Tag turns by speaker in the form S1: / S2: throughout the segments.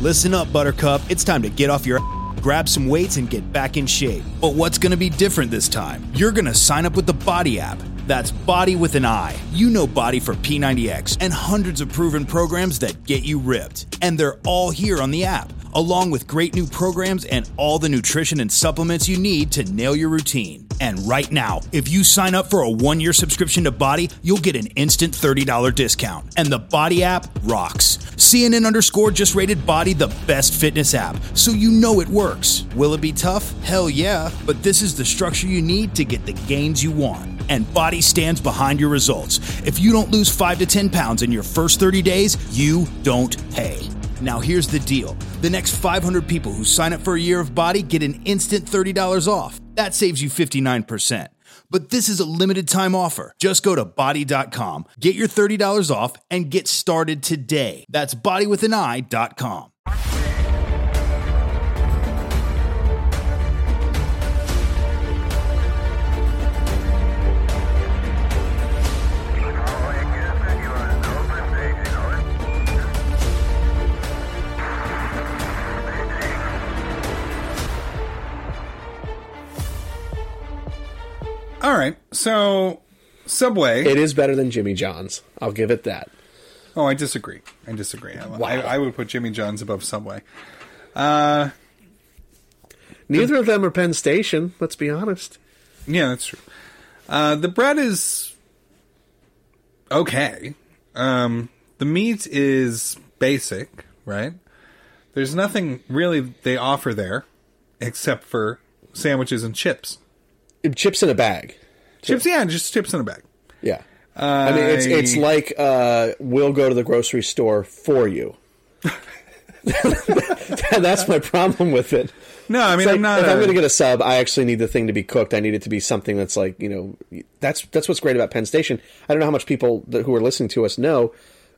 S1: Listen up, Buttercup. It's time to get off your ass, grab some weights, and get back in shape. But what's going to be different this time? You're going to sign up with the Body app. That's Body with an I. You know Body for P90X and hundreds of proven programs that get you ripped. And they're all here on the app, along with great new programs and all the nutrition and supplements you need to nail your routine. And right now, if you sign up for a one year subscription to Body, you'll get an instant $30 discount. And the Body app rocks. CNN underscore just rated Body the best fitness app, so you know it works. Will it be tough? Hell yeah, but this is the structure you need to get the gains you want. And Body stands behind your results. If you don't lose 5 to 10 pounds in your first 30 days, you don't pay. Now here's the deal. The next 500 people who sign up for a year of Body get an instant $30 off. That saves you 59% but this is a limited time offer. Just go to body.com, get your $30 off, and get started today. That's bodywithaneye.com.
S2: All right. So, Subway.
S3: It is better than Jimmy John's. I'll give it that.
S2: Oh, I disagree. I disagree. I, I, I would put Jimmy John's above Subway. Uh,
S3: Neither of them are Penn Station. Let's be honest.
S2: yeah, that's true. Uh, the bread is okay. Um, the meat is basic, right? There's nothing really they offer there except for sandwiches and chips.
S3: Chips in a bag.
S2: Chips, yeah, just chips in a bag.
S3: Yeah. I mean, it's it's like uh, we'll go to the grocery store for you. That's my problem with it.
S2: No, I mean,
S3: It's
S2: I'm
S3: like,
S2: not.
S3: if
S2: a-
S3: I'm going to get a sub, I actually need the thing to be cooked. I need it to be something that's like you know that's that's what's great about Penn Station. I don't know how much people that, who are listening to us know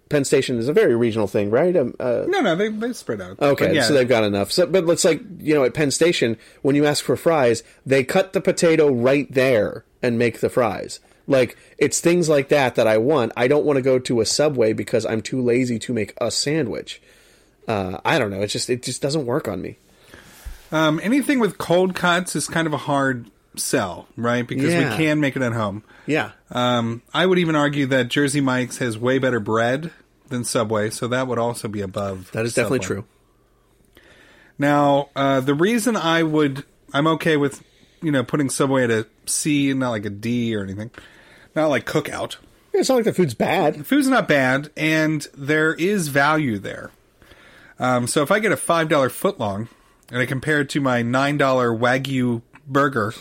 S3: Penn Station is a very regional thing, right? Um, uh,
S2: no, no, they, they spread out.
S3: okay,
S2: But yeah,
S3: so they've got enough. So, but it's like you know at Penn Station when you ask for fries, they cut the potato right there and make the fries. Like it's things like that that I want. I don't want to go to a Subway because I'm too lazy to make a sandwich. Uh, I don't know. It just it just doesn't work on me.
S2: Um, anything with cold cuts is kind of a hard sell, right? Because
S3: Yeah.
S2: we can make it at home.
S3: Yeah.
S2: Um, I would even argue that Jersey Mike's has way better bread than Subway, so that would also be above.
S3: That is definitely
S2: Subway.
S3: true.
S2: Now, uh, the reason I would, I'm okay with, you know, putting Subway at a C, not like a D or anything, not like cookout.
S3: Yeah, It's not like the food's bad.
S2: Food's not bad, and there is value there. Um, so if I get a five dollar footlong and I compare it to my nine dollar wagyu burger,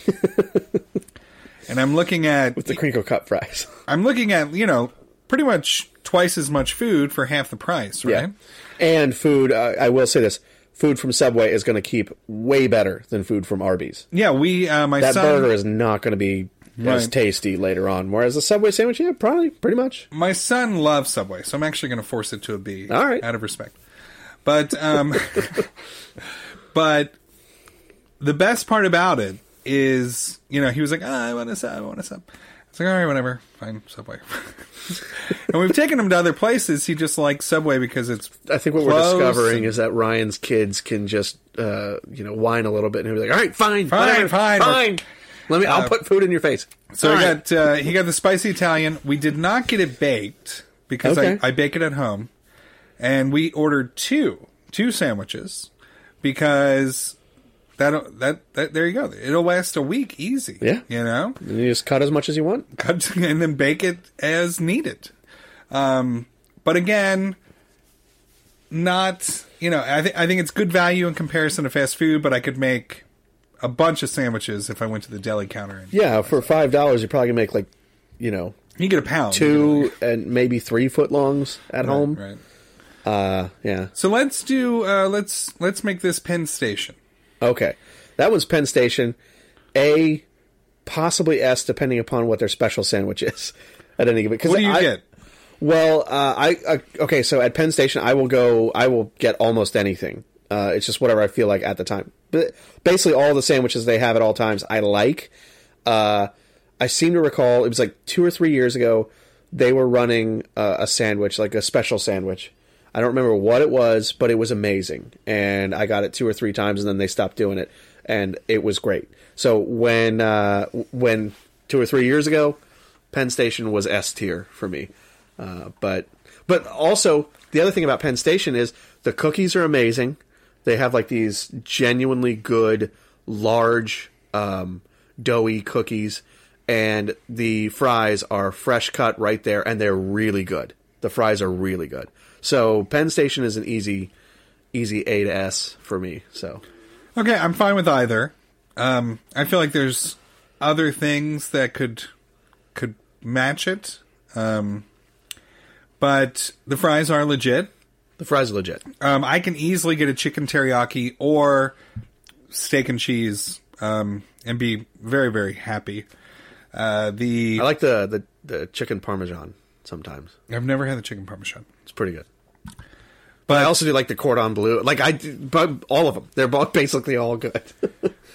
S2: and I'm looking at
S3: The Crinkle Cut fries.
S2: I'm looking at you know pretty much twice as much food for half the price, right?
S3: And food, uh, I will say this food from Subway is going to keep way better than food from Arby's.
S2: Yeah, we uh, my
S3: That
S2: son
S3: burger is not going to be as
S2: Right.
S3: tasty later on. Whereas the Subway sandwich, yeah, probably, pretty much.
S2: my son loves Subway, so I'm actually going to force it to a B,
S3: All right.
S2: out of respect. But um, but the best part about it is, you know, he was like, Ah, I want a sub, I want a sub. It's like, all right, whatever, fine, Subway. and we've taken him to other places. He just likes Subway because it's.
S3: I think what we're
S2: close
S3: discovering
S2: and-
S3: is that Ryan's kids can just, uh, you know, whine a little bit and he'll be like, all right, fine,
S2: Fine,
S3: whatever,
S2: fine, or-
S3: fine. Let me, I'll put food in your face.
S2: So
S3: All
S2: he
S3: right.
S2: got uh, he got the spicy Italian. We did not get it baked because
S3: Okay.
S2: I, I bake it at home, and we ordered two two sandwiches because that that that there you go. It'll last a week easy.
S3: Yeah.
S2: you know,
S3: And you just cut as much as you want.
S2: Cut- and then bake it as needed. Um, but again, not you know I think I think it's good value in comparison to fast food. But I could make a bunch of sandwiches if I went to the deli counter. And
S3: Yeah, for $5, you probably can make like, you know,
S2: you get a pound.
S3: two and maybe three foot longs at home.
S2: Right.
S3: Uh, yeah.
S2: So let's do uh, let's let's make this Penn Station.
S3: Okay. That one's Penn Station. A, possibly S, depending upon what their special sandwich is at any given. 'cause
S2: What do you
S3: I-
S2: get?
S3: Well, uh, I uh, okay. So at Penn Station, I will go. I will get almost anything. Uh, it's just whatever I feel like at the time. But basically, all the sandwiches they have at all times, I like. Uh, I seem to recall it was like two or three years ago. They were running uh, a sandwich, like a special sandwich. I don't remember what it was, but it was amazing, and I got it two or three times, and then they stopped doing it, and it was great. So when uh, w- when two or three years ago, Penn Station was S tier for me. Uh, but but also the other thing about Penn Station is the cookies are amazing. They have like these genuinely good large um, doughy cookies, and the fries are fresh cut right there, and they're really good. The fries are really good. So Penn Station is an easy easy A to S for me. So
S2: Okay, I'm fine with either. Um, I feel like there's other things that could could match it. Um, but the fries are legit.
S3: the fries are legit.
S2: Um, I can easily get a chicken teriyaki or steak and cheese um, and be very very happy. Uh, the
S3: I like the the, the chicken parmesan sometimes.
S2: I've never had the chicken parmesan.
S3: It's pretty good. But I also do like the cordon bleu. Like I, but all of them. They're both basically all good.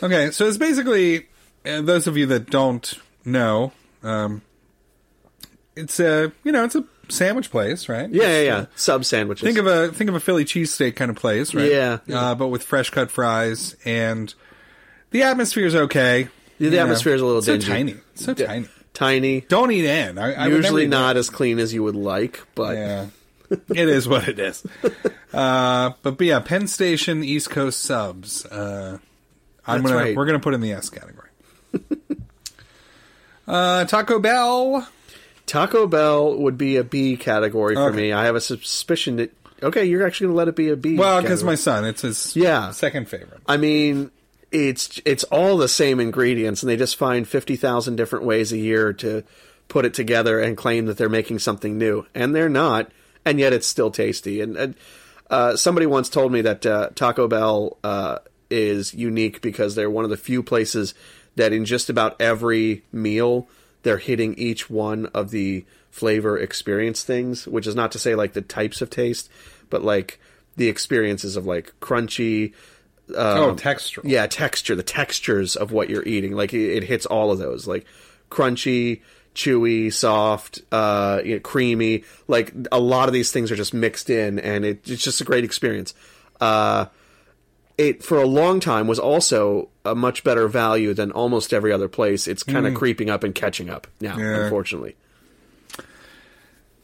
S2: Okay, so it's basically uh, those of you that don't know, um, it's a you know it's a sandwich place, right?
S3: yeah, yeah, yeah. Sub sandwiches.
S2: Think of a think of a Philly cheesesteak kind of place, right?
S3: Yeah.
S2: Uh, but with fresh cut fries, and the atmosphere's okay.
S3: Yeah, the atmosphere's a little
S2: so
S3: dingy.
S2: tiny, so tiny.
S3: tiny.
S2: Don't eat in. I, I would
S3: usually
S2: never eat
S3: not as clean as you would like, but
S2: in. Yeah, it is what it is. Uh, but, but yeah, Penn Station East Coast subs. Uh, I'm
S3: That's
S2: gonna
S3: right.
S2: we're gonna put in the S category. uh, Taco Bell.
S3: Taco Bell would be a B category for
S2: Okay.
S3: me. I have a suspicion that okay, you're actually going to let it be a B.
S2: Well, because
S3: category.
S2: my son, it's his
S3: Yeah.
S2: second favorite.
S3: I mean, it's it's all the same ingredients, and they just find fifty thousand different ways a year to put it together and claim that they're making something new, and they're not, and yet it's still tasty. And, and uh, somebody once told me that uh, Taco Bell uh, is unique because they're one of the few places that in just about every meal they're hitting each one of the flavor experience things, which is not to say like the types of taste, but like the experiences of like crunchy,
S2: oh, textural.
S3: Um, yeah texture the textures of what you're eating like it, it hits all of those like crunchy chewy soft uh you know, creamy like a lot of these things are just mixed in and it, it's just a great experience uh it for a long time was also a much better value than almost every other place it's kind of creeping up and catching up now
S2: Hmm. Yeah.
S3: unfortunately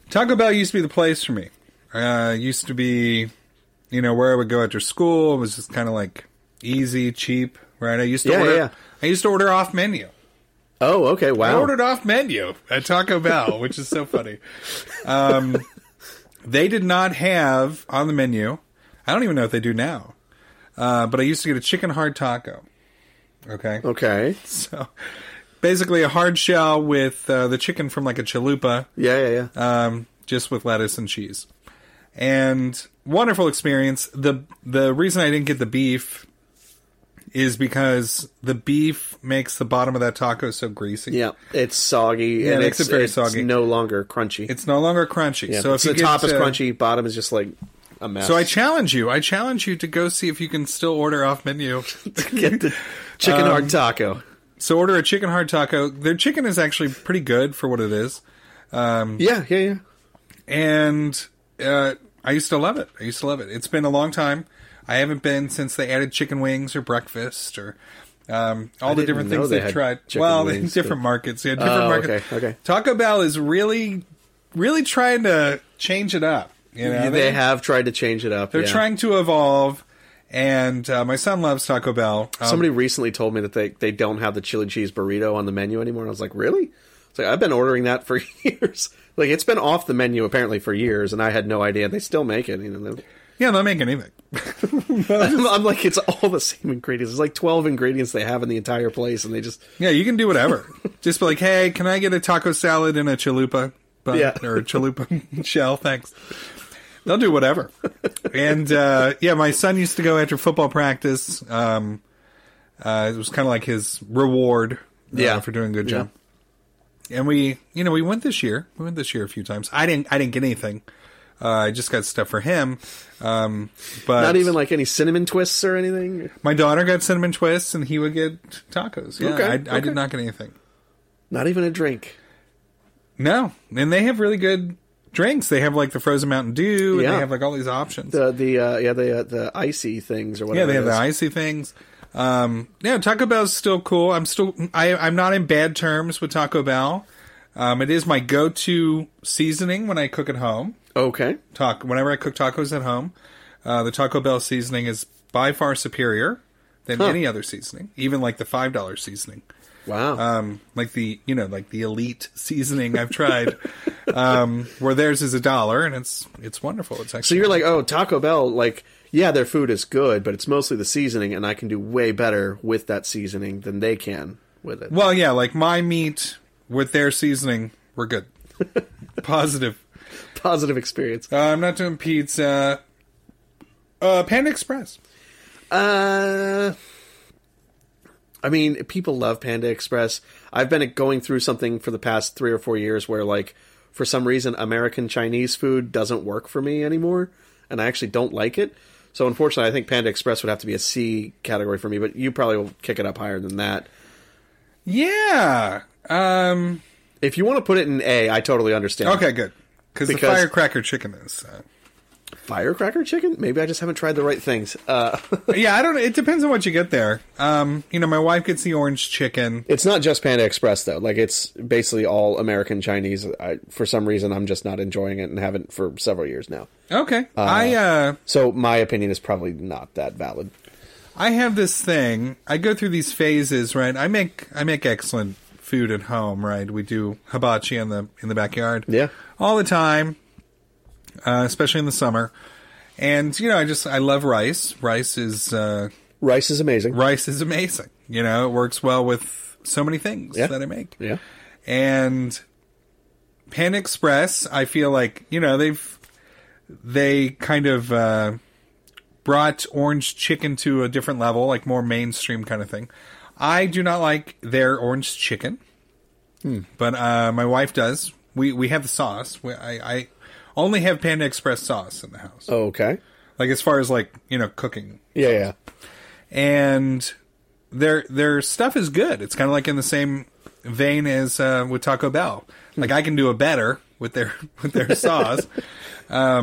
S2: Taco Bell used to be the place for me. Uh, used to be, you know, where I would go after school. It was just kind of like easy, cheap, right? I used to
S3: Yeah,
S2: order.
S3: yeah, yeah.
S2: I used to order off menu.
S3: oh okay
S2: I
S3: wow
S2: ordered off menu at Taco Bell, which is so funny. Um, they did not have on the menu. I don't even know if they do now. Uh, but I used to get a chicken hard taco. Okay.
S3: okay
S2: So basically a hard shell with uh, the chicken from like a chalupa
S3: yeah yeah yeah
S2: um, just with lettuce and cheese. And wonderful experience. The the reason I didn't get the beef is because the beef makes the bottom of that taco so greasy.
S3: yeah it's soggy and
S2: it makes
S3: it's,
S2: it very
S3: it's
S2: soggy.
S3: no longer crunchy
S2: It's no longer crunchy.
S3: Yeah,
S2: so if
S3: the
S2: you get
S3: top is
S2: to-
S3: crunchy, bottom is just like a mess.
S2: So I challenge you. I challenge you to go see if you can still order off menu.
S3: get the
S2: Um,
S3: chicken hard taco.
S2: so order a chicken hard taco. Their chicken is actually pretty good for what it is.
S3: Yeah, yeah, yeah.
S2: and uh, I used to love it. I used to love it. It's been a long time. I haven't been since they added chicken wings or breakfast or um, all the
S3: didn't
S2: different
S3: know
S2: things
S3: they
S2: they've
S3: had
S2: tried.
S3: chicken
S2: Well, in
S3: wings,
S2: different
S3: but-
S2: markets, yeah, different
S3: Oh,
S2: markets.
S3: okay, okay.
S2: Taco Bell is really, really trying to change it up. You know,
S3: they have tried to change it up.
S2: They're
S3: yeah.
S2: trying to evolve. And uh, my son loves Taco Bell. Um,
S3: Somebody recently told me that they, they don't have the chili cheese burrito on the menu anymore, and I was like, really? It's like I've been ordering that for years. Like it's been off the menu apparently for years, and I had no idea they still make it. You know, they-
S2: yeah, they'll make anything.
S3: I'm, I'm like, it's all the same ingredients. It's like twelve ingredients they have in the entire place, and they just
S2: Yeah, you can do whatever. Just be like, hey, can I get a taco salad and a chalupa bun
S3: Yeah.
S2: or a chalupa shell? Thanks. They'll do whatever. and uh, yeah, my son used to go after football practice. Um, uh, it was kind of like his reward uh,
S3: Yeah.
S2: for doing a good job. And we, you know, we went this year. We went this year a few times. I didn't. I didn't get anything. Uh, I just got stuff for him. Um, but
S3: Not even like any cinnamon twists or anything.
S2: my daughter got cinnamon twists, and he would get tacos. Yeah,
S3: Okay,
S2: I, I
S3: okay.
S2: did not get anything.
S3: Not even a drink.
S2: No, and they have really good drinks. They have like the frozen Mountain Dew, and
S3: Yeah.
S2: they have like all these options.
S3: The the uh, yeah the uh, the icy things or
S2: yeah,
S3: whatever.
S2: they have
S3: it
S2: the
S3: is.
S2: icy things. Um, yeah, Taco Bell's still cool. I'm still I, I'm not in bad terms with Taco Bell. Um, it is my go-to seasoning when I cook at home.
S3: Okay.
S2: Talk whenever I cook tacos at home, uh, the Taco Bell seasoning is by far superior than any other seasoning, even like the five dollar seasoning.
S3: Wow.
S2: um, like the you know like the elite seasoning I've tried, um, where theirs is a dollar and it's it's wonderful. It's
S3: so
S2: actually
S3: you're like, oh, Taco Bell, like, yeah, their food is good, but it's mostly the seasoning, and I can do way better with that seasoning than they can with it.
S2: well, yeah, like my meat with their seasoning, we're good, positive.
S3: Positive experience.
S2: Uh, I'm not doing pizza. Uh, Panda Express.
S3: Uh, I mean, people love Panda Express. I've been going through something for the past three or four years where, like, for some reason, American Chinese food doesn't work for me anymore, and I actually don't like it. So, unfortunately, I think Panda Express would have to be a C category for me, but you probably will kick it up higher than that.
S2: Yeah. Um.
S3: If you want to put it in A, I totally understand.
S2: Okay. Good. Cause the
S3: Because-
S2: firecracker chicken is. Uh,
S3: Firecracker chicken? Maybe I just haven't tried the right things. Uh,
S2: yeah, I don't. It depends on what you get there. Um, you know, my wife gets the orange chicken.
S3: it's not just Panda Express though. Like it's basically all American Chinese. I, for some reason, I'm just not enjoying it and haven't for several years now.
S2: Okay. I uh,
S3: So my opinion is probably not that valid.
S2: I have this thing. I go through these phases, right? I make I make excellent food at home, right? We do hibachi in the in the backyard,
S3: Yeah.
S2: all the time, uh, especially in the summer. And you know, I just I love rice. Rice is uh,
S3: Rice is amazing.
S2: rice is amazing. You know, it works well with so many things
S3: Yeah.
S2: that I make.
S3: Yeah.
S2: And Pan Express, I feel like you know they've they kind of uh, brought orange chicken to a different level, like more mainstream kind of thing. I do not like their orange chicken, but uh, my wife does. We we have the sauce. We, I, I only have Panda Express sauce in the house.
S3: Oh, Okay.
S2: Like as far as like you know cooking
S3: Yeah, yeah.
S2: and their their stuff is good. It's kind of like in the same vein as uh, with Taco Bell. Like I can do a better with their with their sauce. Um,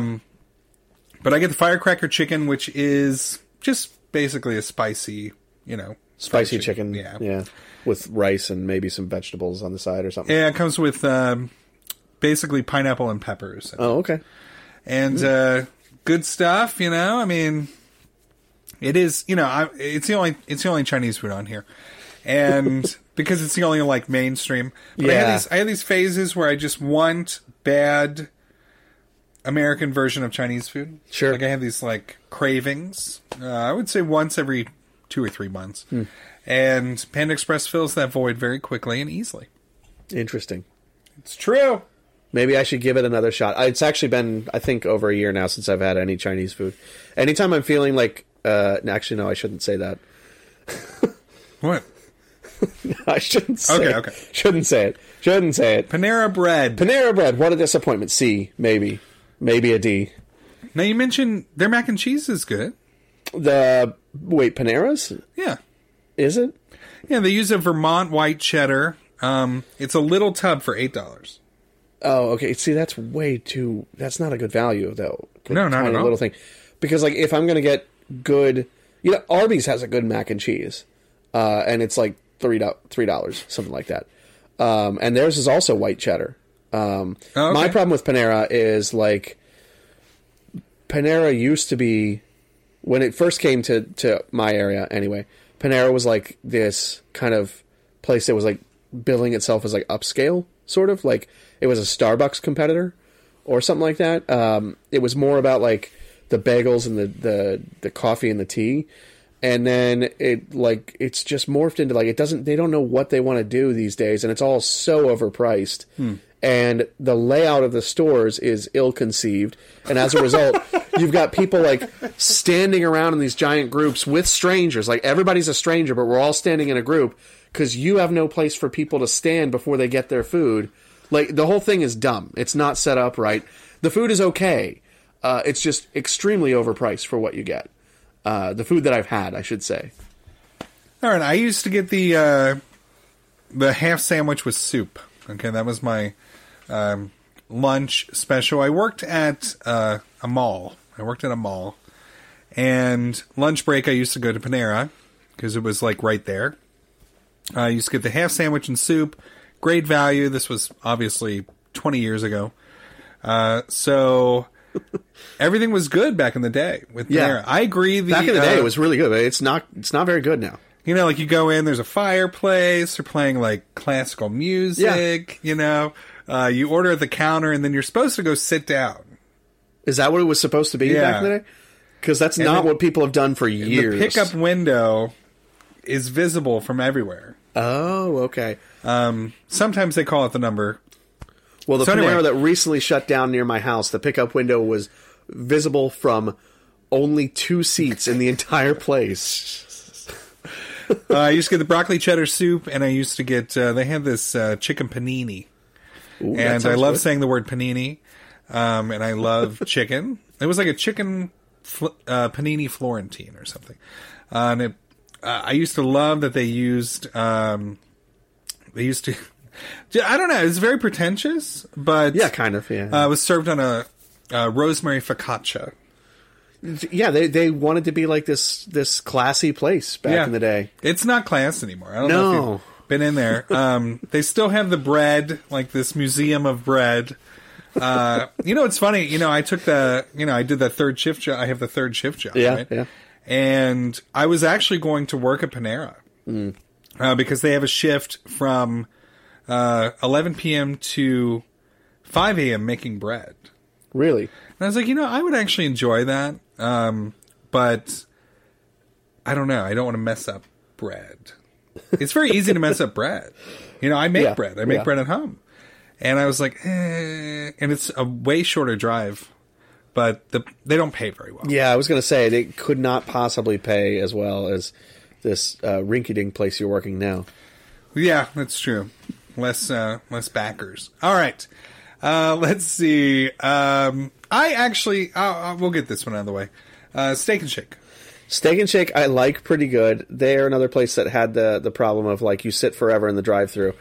S2: but I get the firecracker chicken, which is just basically a spicy, you know,
S3: Spicy chicken.
S2: Yeah,
S3: Yeah. With rice and maybe some vegetables on the side or something.
S2: yeah. It comes with um, basically pineapple and peppers.
S3: Oh, okay. Hmm.
S2: and uh, good stuff. You know, I mean, it is. You know, I, it's the only it's the only Chinese food on here, and because it's the only like mainstream. But I
S3: Yeah.
S2: have these I have these phases where I just want bad American version of Chinese food.
S3: Sure.
S2: like I have these like cravings. Uh, I would say once every two or three months,
S3: Hmm.
S2: and Panda Express fills that void very quickly and easily.
S3: Interesting.
S2: It's true.
S3: Maybe I should give it another shot. I- It's actually been, I think, over a year now since I've had any Chinese food. Anytime I'm feeling like, uh, actually, no, I shouldn't say that.
S2: What
S3: I shouldn't say.
S2: Okay,
S3: it.
S2: okay.
S3: Shouldn't say it. Shouldn't say it.
S2: Panera Bread?
S3: Panera Bread. What a disappointment. C, maybe, maybe a D.
S2: now you mentioned their mac and cheese is good.
S3: The wait, Panera's
S2: Yeah.
S3: is it?
S2: Yeah, they use a Vermont white cheddar. Um, it's a little tub for eight dollars.
S3: Oh, okay. See, that's way too. That's not a good value though. Like,
S2: No, not
S3: tiny
S2: at all.
S3: Little thing, because like if I'm gonna get good, you know, Arby's has a good mac and cheese, uh, and it's like three do- three dollars, something like that. Um, and theirs is also white cheddar. Um,
S2: Oh, okay.
S3: My problem with Panera is like Panera used to be when it first came to to my area anyway. Panera was like this kind of place that was like billing itself as like upscale, sort of like it was a Starbucks competitor or something like that. Um, it was more about like the bagels and the the the coffee and the tea. And then it like it's just morphed into like it doesn't they don't know what they want to do these days and it's all so overpriced and the layout of the stores is ill-conceived and as a result you've got people like standing around in these giant groups with strangers like everybody's a stranger but we're all standing in a group because you have no place for people to stand before they get their food like the whole thing is dumb it's not set up right the food is okay uh, it's just extremely overpriced for what you get uh, the food that i've had i should say
S2: All right, I used to get the uh, the half sandwich with soup. Okay, that was my um, lunch special. I worked at uh, a mall. I worked at a mall, and lunch break I used to go to Panera because it was like right there. I used to get the half sandwich and soup, great value. This was obviously twenty years ago, uh, so everything was good back in the day with
S3: Yeah.
S2: Panera. I agree. The,
S3: back in the day
S2: uh,
S3: it was really good but it's not it's not very good now
S2: you know, like you go in, there's a fireplace, they're playing like classical music, you know, uh, you order at the counter and then you're supposed to go sit down.
S3: Is that what it was supposed to be back in
S2: Yeah.
S3: the day? Because that's not
S2: the-
S3: what people have done for years.
S2: The pickup window is visible from everywhere.
S3: Oh, okay.
S2: Sometimes they call it the number.
S3: Well, the
S2: So anyway-
S3: Panera that recently shut down near my house, the pickup window was visible from only two seats in the entire place.
S2: Uh, I used to get the broccoli cheddar soup and I used to get, uh, they had this uh, chicken panini.
S3: Ooh,
S2: and
S3: that
S2: I
S3: sounds
S2: love
S3: good.
S2: saying the word panini. Um, and I love chicken. It was like a chicken fl- uh, panini Florentine or something. Uh, and it, uh, I used to love that they used. Um, they used to. I don't know. It's very pretentious, but
S3: Yeah, kind of. Yeah,
S2: Uh, it was served on a uh, rosemary focaccia.
S3: yeah. They they wanted to be like this this classy place back in the day.
S2: It's not class anymore. I don't know
S3: No.
S2: if you've been in there. Um, they still have the bread, like this museum of bread. Uh, you know, it's funny. You know, I took the, you know, I did the third shift job. I have the third shift job.
S3: Yeah,
S2: right?
S3: yeah.
S2: And I was actually going to work at Panera
S3: Hmm.
S2: uh, because they have a shift from uh, 11 p.m. to 5 a.m. making bread.
S3: Really,
S2: And I was like, you know, I would actually enjoy that. Um, but I don't know. I don't want to mess up bread. It's very easy to mess up bread. You know, I make
S3: Yeah,
S2: bread. I make
S3: yeah.
S2: bread at home. And I was like, eh. and it's a way shorter drive, but the, they don't pay very well.
S3: yeah. I was gonna say they could not possibly pay as well as this uh, rinky dink place you're working now.
S2: Yeah, that's true. Less uh, less backers. All right. Uh, let's see. Um, I actually, i i we'll get this one out of the way. Uh, steak and Shake.
S3: Steak and Shake I like pretty good. They're another place that had the the problem of like you sit forever in the drive through,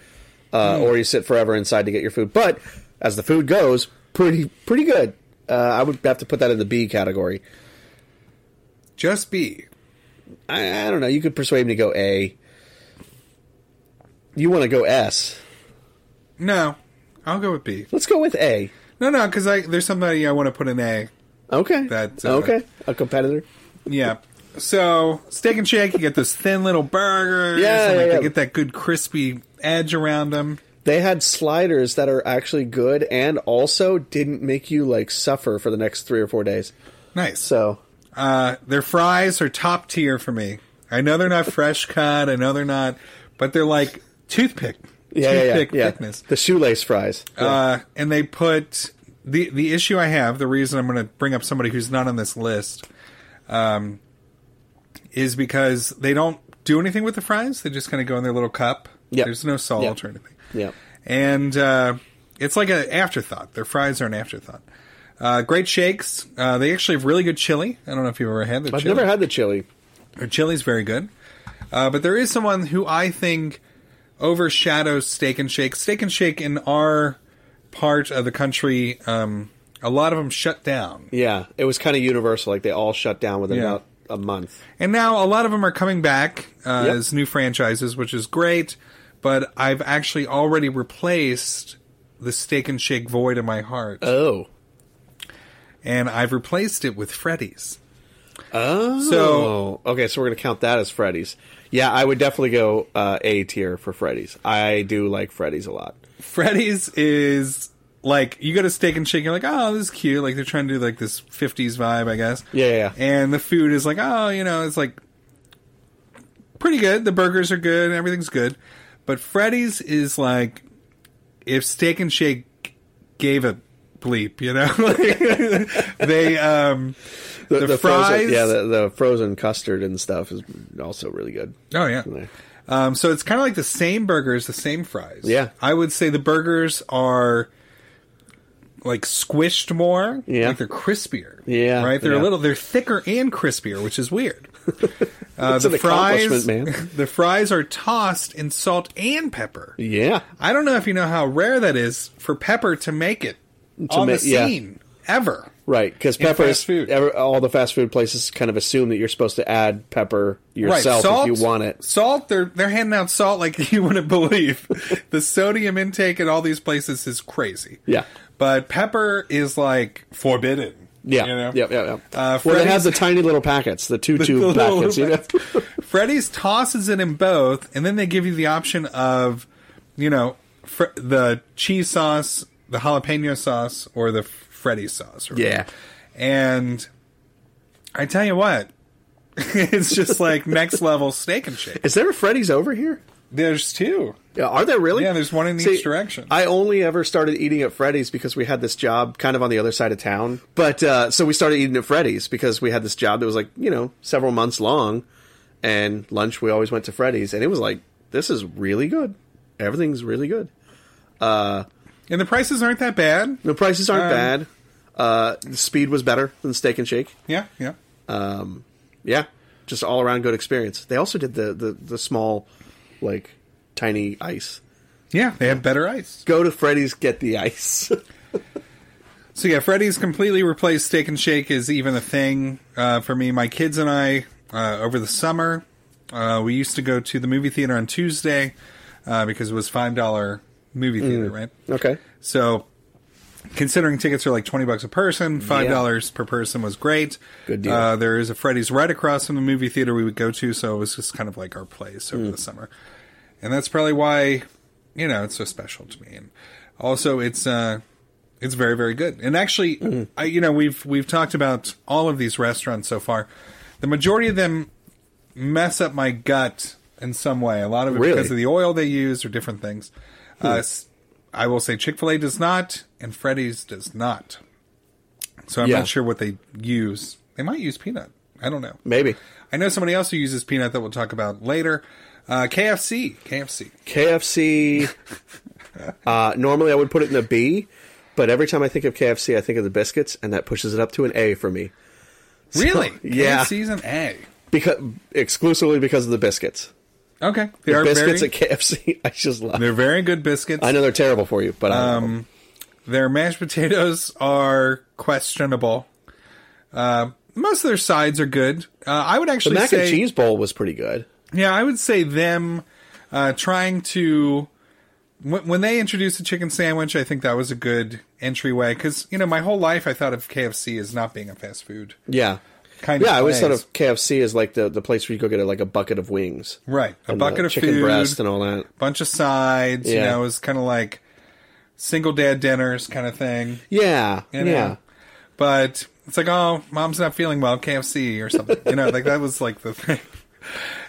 S2: Hmm.
S3: uh, or you sit forever inside to get your food. But as the food goes, pretty pretty good. Uh, I would have to put that in the B category.
S2: Just be.
S3: I, I don't know. You could persuade me to go A. You want to go S?
S2: No, I'll go with B.
S3: Let's go with A.
S2: No, no, because I there's somebody I want to put in A.
S3: Okay.
S2: That's, uh,
S3: okay. A competitor.
S2: Yeah. So steak and shake, you get those thin little burgers. and,
S3: Yeah,
S2: like,
S3: yeah, yeah.
S2: They get that good crispy edge around them.
S3: They had sliders that are actually good and also didn't make you like suffer for the next three or four days.
S2: Nice.
S3: So
S2: Uh, their fries are top tier for me. I know they're not fresh cut. I know they're not, but they're like toothpick.
S3: yeah, yeah, yeah,
S2: toothpick
S3: yeah.
S2: thickness.
S3: The shoelace fries.
S2: Uh, and they put the the issue I have, the reason I'm going to bring up somebody who's not on this list, um, is because they don't do anything with the fries. They just kind of go in their little cup.
S3: Yep.
S2: There's no salt
S3: Yep.
S2: or anything.
S3: Yep.
S2: And uh, it's like an afterthought. Their fries are an afterthought. Uh, great shakes. Uh, they actually have really good chili. I don't know if you've ever had their
S3: I've
S2: chili.
S3: never had the chili.
S2: Their chili's very good. Uh, but there is someone who I think overshadows Steak and Shake. Steak and Shake in our part of the country, um, a lot of them shut down.
S3: Yeah, it was kind of universal. Like they all shut down within
S2: Yeah.
S3: about a month.
S2: And now a lot of them are coming back uh,
S3: Yep.
S2: as new franchises, which is great. But I've actually already replaced the Steak and Shake void in my heart.
S3: Oh,
S2: and I've replaced it with Freddy's.
S3: oh.
S2: So-
S3: okay, so we're gonna count that as Freddy's. Yeah, I would definitely go uh, A tier for Freddy's. I do like Freddy's a lot.
S2: Freddy's is like you go to Steak and Shake, you're like, oh, this is cute. Like they're trying to do like this '50s vibe, I guess.
S3: Yeah, yeah, yeah.
S2: And the food is like, oh, you know, it's like pretty good. The burgers are good, everything's good. But Freddy's is like, if Steak and Shake gave a bleep, you know? Like, they um the, fries.
S3: frozen, yeah, the, the frozen custard and stuff is also really good.
S2: oh yeah. Um so it's kind of like the same burgers, the same fries.
S3: Yeah.
S2: I would say the burgers are like squished more,
S3: Yeah.
S2: like they're crispier.
S3: Yeah,
S2: Right? They're
S3: yeah.
S2: a little they're thicker and crispier, which is weird. Uh,
S3: It's
S2: the
S3: an
S2: fries,
S3: accomplishment, man.
S2: the fries are tossed in salt and pepper.
S3: Yeah,
S2: I don't know if you know how rare that is for Pepper to make it on
S3: ma-
S2: the
S3: yeah.
S2: scene ever.
S3: right. Because pepper
S2: fast
S3: is
S2: food.
S3: ever- all the fast food places kind of assume that you're supposed to add pepper yourself if you want it.
S2: Salt, they're they're handing out salt like you wouldn't believe. the sodium intake at all these places is crazy.
S3: Yeah.
S2: But pepper is like forbidden.
S3: Yeah,
S2: you know?
S3: yeah, yeah, yeah.
S2: Uh,
S3: well, they have
S2: Freddy's-
S3: the tiny little packets, the two
S2: The
S3: tube
S2: little
S3: packets. You know?
S2: bit. Freddy's tosses it in both, and then they give you the option of, you know, fr- the cheese sauce, the jalapeno sauce, or the Freddy sauce. Right?
S3: Yeah.
S2: And I tell you what, it's just like next level steak and shake.
S3: Is there a Freddy's over here?
S2: There's two.
S3: Yeah, are there really?
S2: Yeah, there's one in each direction.
S3: I only ever started eating at Freddy's because we had this job kind of on the other side of town. But uh, so we started eating at Freddy's because we had this job that was like, you know, several months long. And lunch, we always went to Freddy's. And it was like, this is really good. Everything's really good.
S2: And the prices aren't that bad.
S3: The prices aren't
S2: Um,
S3: bad. Uh, the speed was better than Steak and Shake.
S2: Yeah, yeah.
S3: Yeah, just all around good experience. They also did the, the, the small, like, tiny ice.
S2: Yeah, they have better ice.
S3: Go to Freddy's, get the ice.
S2: So yeah, Freddy's completely replaced Steak and Shake is even a thing uh, for me. My kids and I uh, over the summer, uh, we used to go to the movie theater on Tuesday uh, because it was five dollar movie theater, right?
S3: okay.
S2: So considering tickets are like twenty bucks a person, five dollars per person was great.
S3: Good deal.
S2: Uh, there is a Freddy's right across from the movie theater we would go to, so it was just kind of like our place
S3: Hmm.
S2: over the summer, and that's probably why you know it's so special to me. And also, it's uh, it's very very good. And actually,
S3: Mm-hmm.
S2: I you know we've we've talked about all of these restaurants so far. The majority of them mess up my gut in some way. A lot of it
S3: Really? Hmm.
S2: because of the oil they use or different things. Uh, s- I will say Chick Fil A does not, and Freddy's does not. So I'm
S3: Yeah.
S2: not sure what they use. They might use peanut. I don't know.
S3: Maybe.
S2: I know somebody else who uses peanut that we'll talk about later. Uh, KFC, KFC.
S3: KFC. uh, normally, I would put it in a B, but every time I think of KFC, I think of the biscuits, and that pushes it up to an A for me.
S2: Really?
S3: yeah.
S2: KFC's an A.
S3: Because exclusively because of the biscuits.
S2: Okay. They
S3: The
S2: are
S3: biscuits
S2: very,
S3: at KFC, I just love.
S2: they're Um, very good biscuits.
S3: I know they're terrible for you, but I love them.
S2: Their mashed potatoes are questionable. Uh, most of their sides are good. Uh, I would
S3: the
S2: actually
S3: mac
S2: say
S3: and cheese bowl was pretty good.
S2: Yeah, I would say them uh, trying to when, when they introduced the chicken sandwich. I think that was a good entryway because you know my whole life I thought of KFC as not being a fast food
S3: Yeah,
S2: kind of.
S3: yeah. I always thought
S2: place.
S3: of KFC as like the, the place where you go get like a bucket of wings,
S2: right a
S3: and
S2: bucket
S3: the
S2: of
S3: chicken
S2: food,
S3: breast and all that.
S2: bunch of sides. You
S3: Yeah.
S2: know, it was kind of like single dad dinners kind of thing.
S3: Yeah,
S2: You know?
S3: yeah.
S2: but it's like oh, mom's not feeling well, KFC or something. you know, like that was like the thing.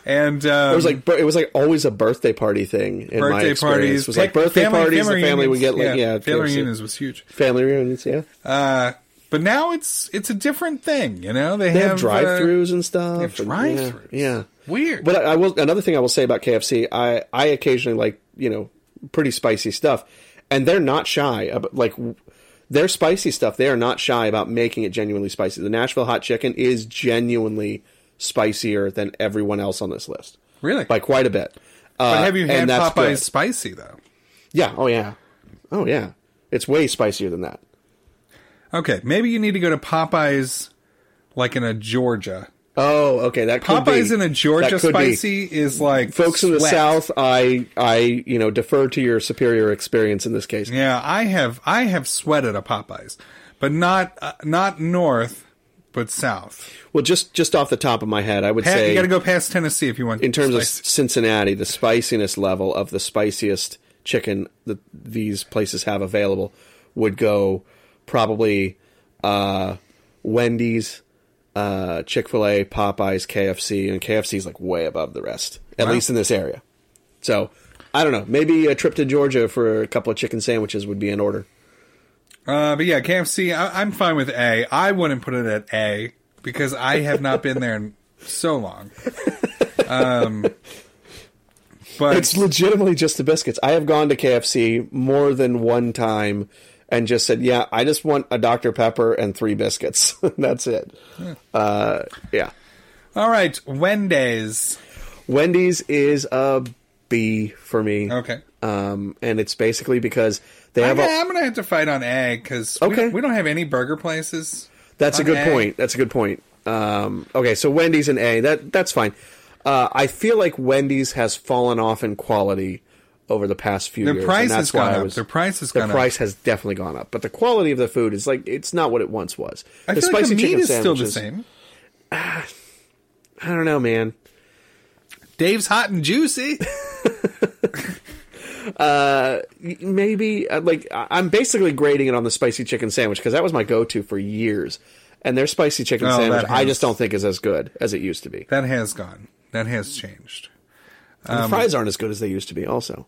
S2: And um,
S3: It was like it was like always a birthday party thing. In my
S2: birthday
S3: experience.
S2: parties,
S3: it was like birthday parties. the family would get like yeah,
S2: family
S3: KFC.
S2: reunions was huge.
S3: family reunions. Yeah,
S2: Uh, but now it's it's a different thing, you know. They,
S3: they have
S2: uh,
S3: drive-throughs and stuff.
S2: they have
S3: and-
S2: drive-throughs.
S3: Yeah, yeah.
S2: Weird.
S3: But I, I will. Another thing I will say about KFC, I I occasionally like you know pretty spicy stuff, and they're not shy about like w- their spicy stuff. They are not shy about making it genuinely spicy. The Nashville hot chicken is genuinely spicier than everyone else on this list
S2: really.
S3: by quite a bit. Uh,
S2: but have you had
S3: and that's
S2: Popeyes
S3: good.
S2: spicy though?
S3: Yeah. Oh yeah. Oh yeah. It's way spicier than that.
S2: Okay, maybe you need to go to Popeyes, like in a Georgia.
S3: Oh, okay. That could
S2: Popeyes
S3: be.
S2: in a
S3: That
S2: Georgia
S3: could be.
S2: spicy is like
S3: Folks in the
S2: sweat.
S3: South, I, I, you know, defer to your superior experience in this case.
S2: Yeah, I have I have sweated a Popeyes, but not uh, not north, but south.
S3: Well, just just off the top of my head, I would
S2: Pat,
S3: say
S2: you got to go past Tennessee if you want.
S3: in terms
S2: spicy.
S3: of Cincinnati, the spiciness level of the spiciest chicken that these places have available would go probably uh, Wendy's, uh, Chick Fil A, Popeyes, KFC, and KFC is like way above the rest, at least in this area. So I don't know. Maybe a trip to Georgia for a couple of chicken sandwiches would be in order.
S2: Uh, but yeah, KFC, I, I'm fine with A. I wouldn't put it at A because I have not been there in so long. Um, but
S3: It's legitimately just the biscuits. I have gone to KFC more than one time and just said, "Yeah, I just want a Dr Pepper and three biscuits. That's it." Uh, yeah.
S2: all right, Wendy's.
S3: Wendy's is a B for me.
S2: Okay.
S3: Um, and it's basically because they
S2: Yeah,
S3: have. a,
S2: I'm gonna have to fight on A because
S3: Okay.
S2: we, don't have any burger places.
S3: That's a
S2: on
S3: good
S2: A.
S3: point. That's a good point. Um, okay, so Wendy's and A. That that's fine. Uh, I feel like Wendy's has fallen off in quality over the past few
S2: Their
S3: years.
S2: price
S3: and that's
S2: has gone
S3: why I
S2: up.
S3: was-
S2: Their price has
S3: the
S2: gone up.
S3: price has definitely gone up, but the quality of the food is like it's not what it once was.
S2: I
S3: the
S2: feel like the meat
S3: chicken
S2: is still the
S3: sandwiches-
S2: same.
S3: I don't know, man.
S2: Dave's hot and juicy.
S3: maybe uh, like I- I'm basically grading it on the spicy chicken sandwich because that was my go-to for years. And their spicy chicken
S2: Oh, that
S3: sandwich, I
S2: has-
S3: just don't think is as good as it used to be.
S2: that has gone. That has changed.
S3: And
S2: Um,
S3: the fries aren't as good as they used to be. Also,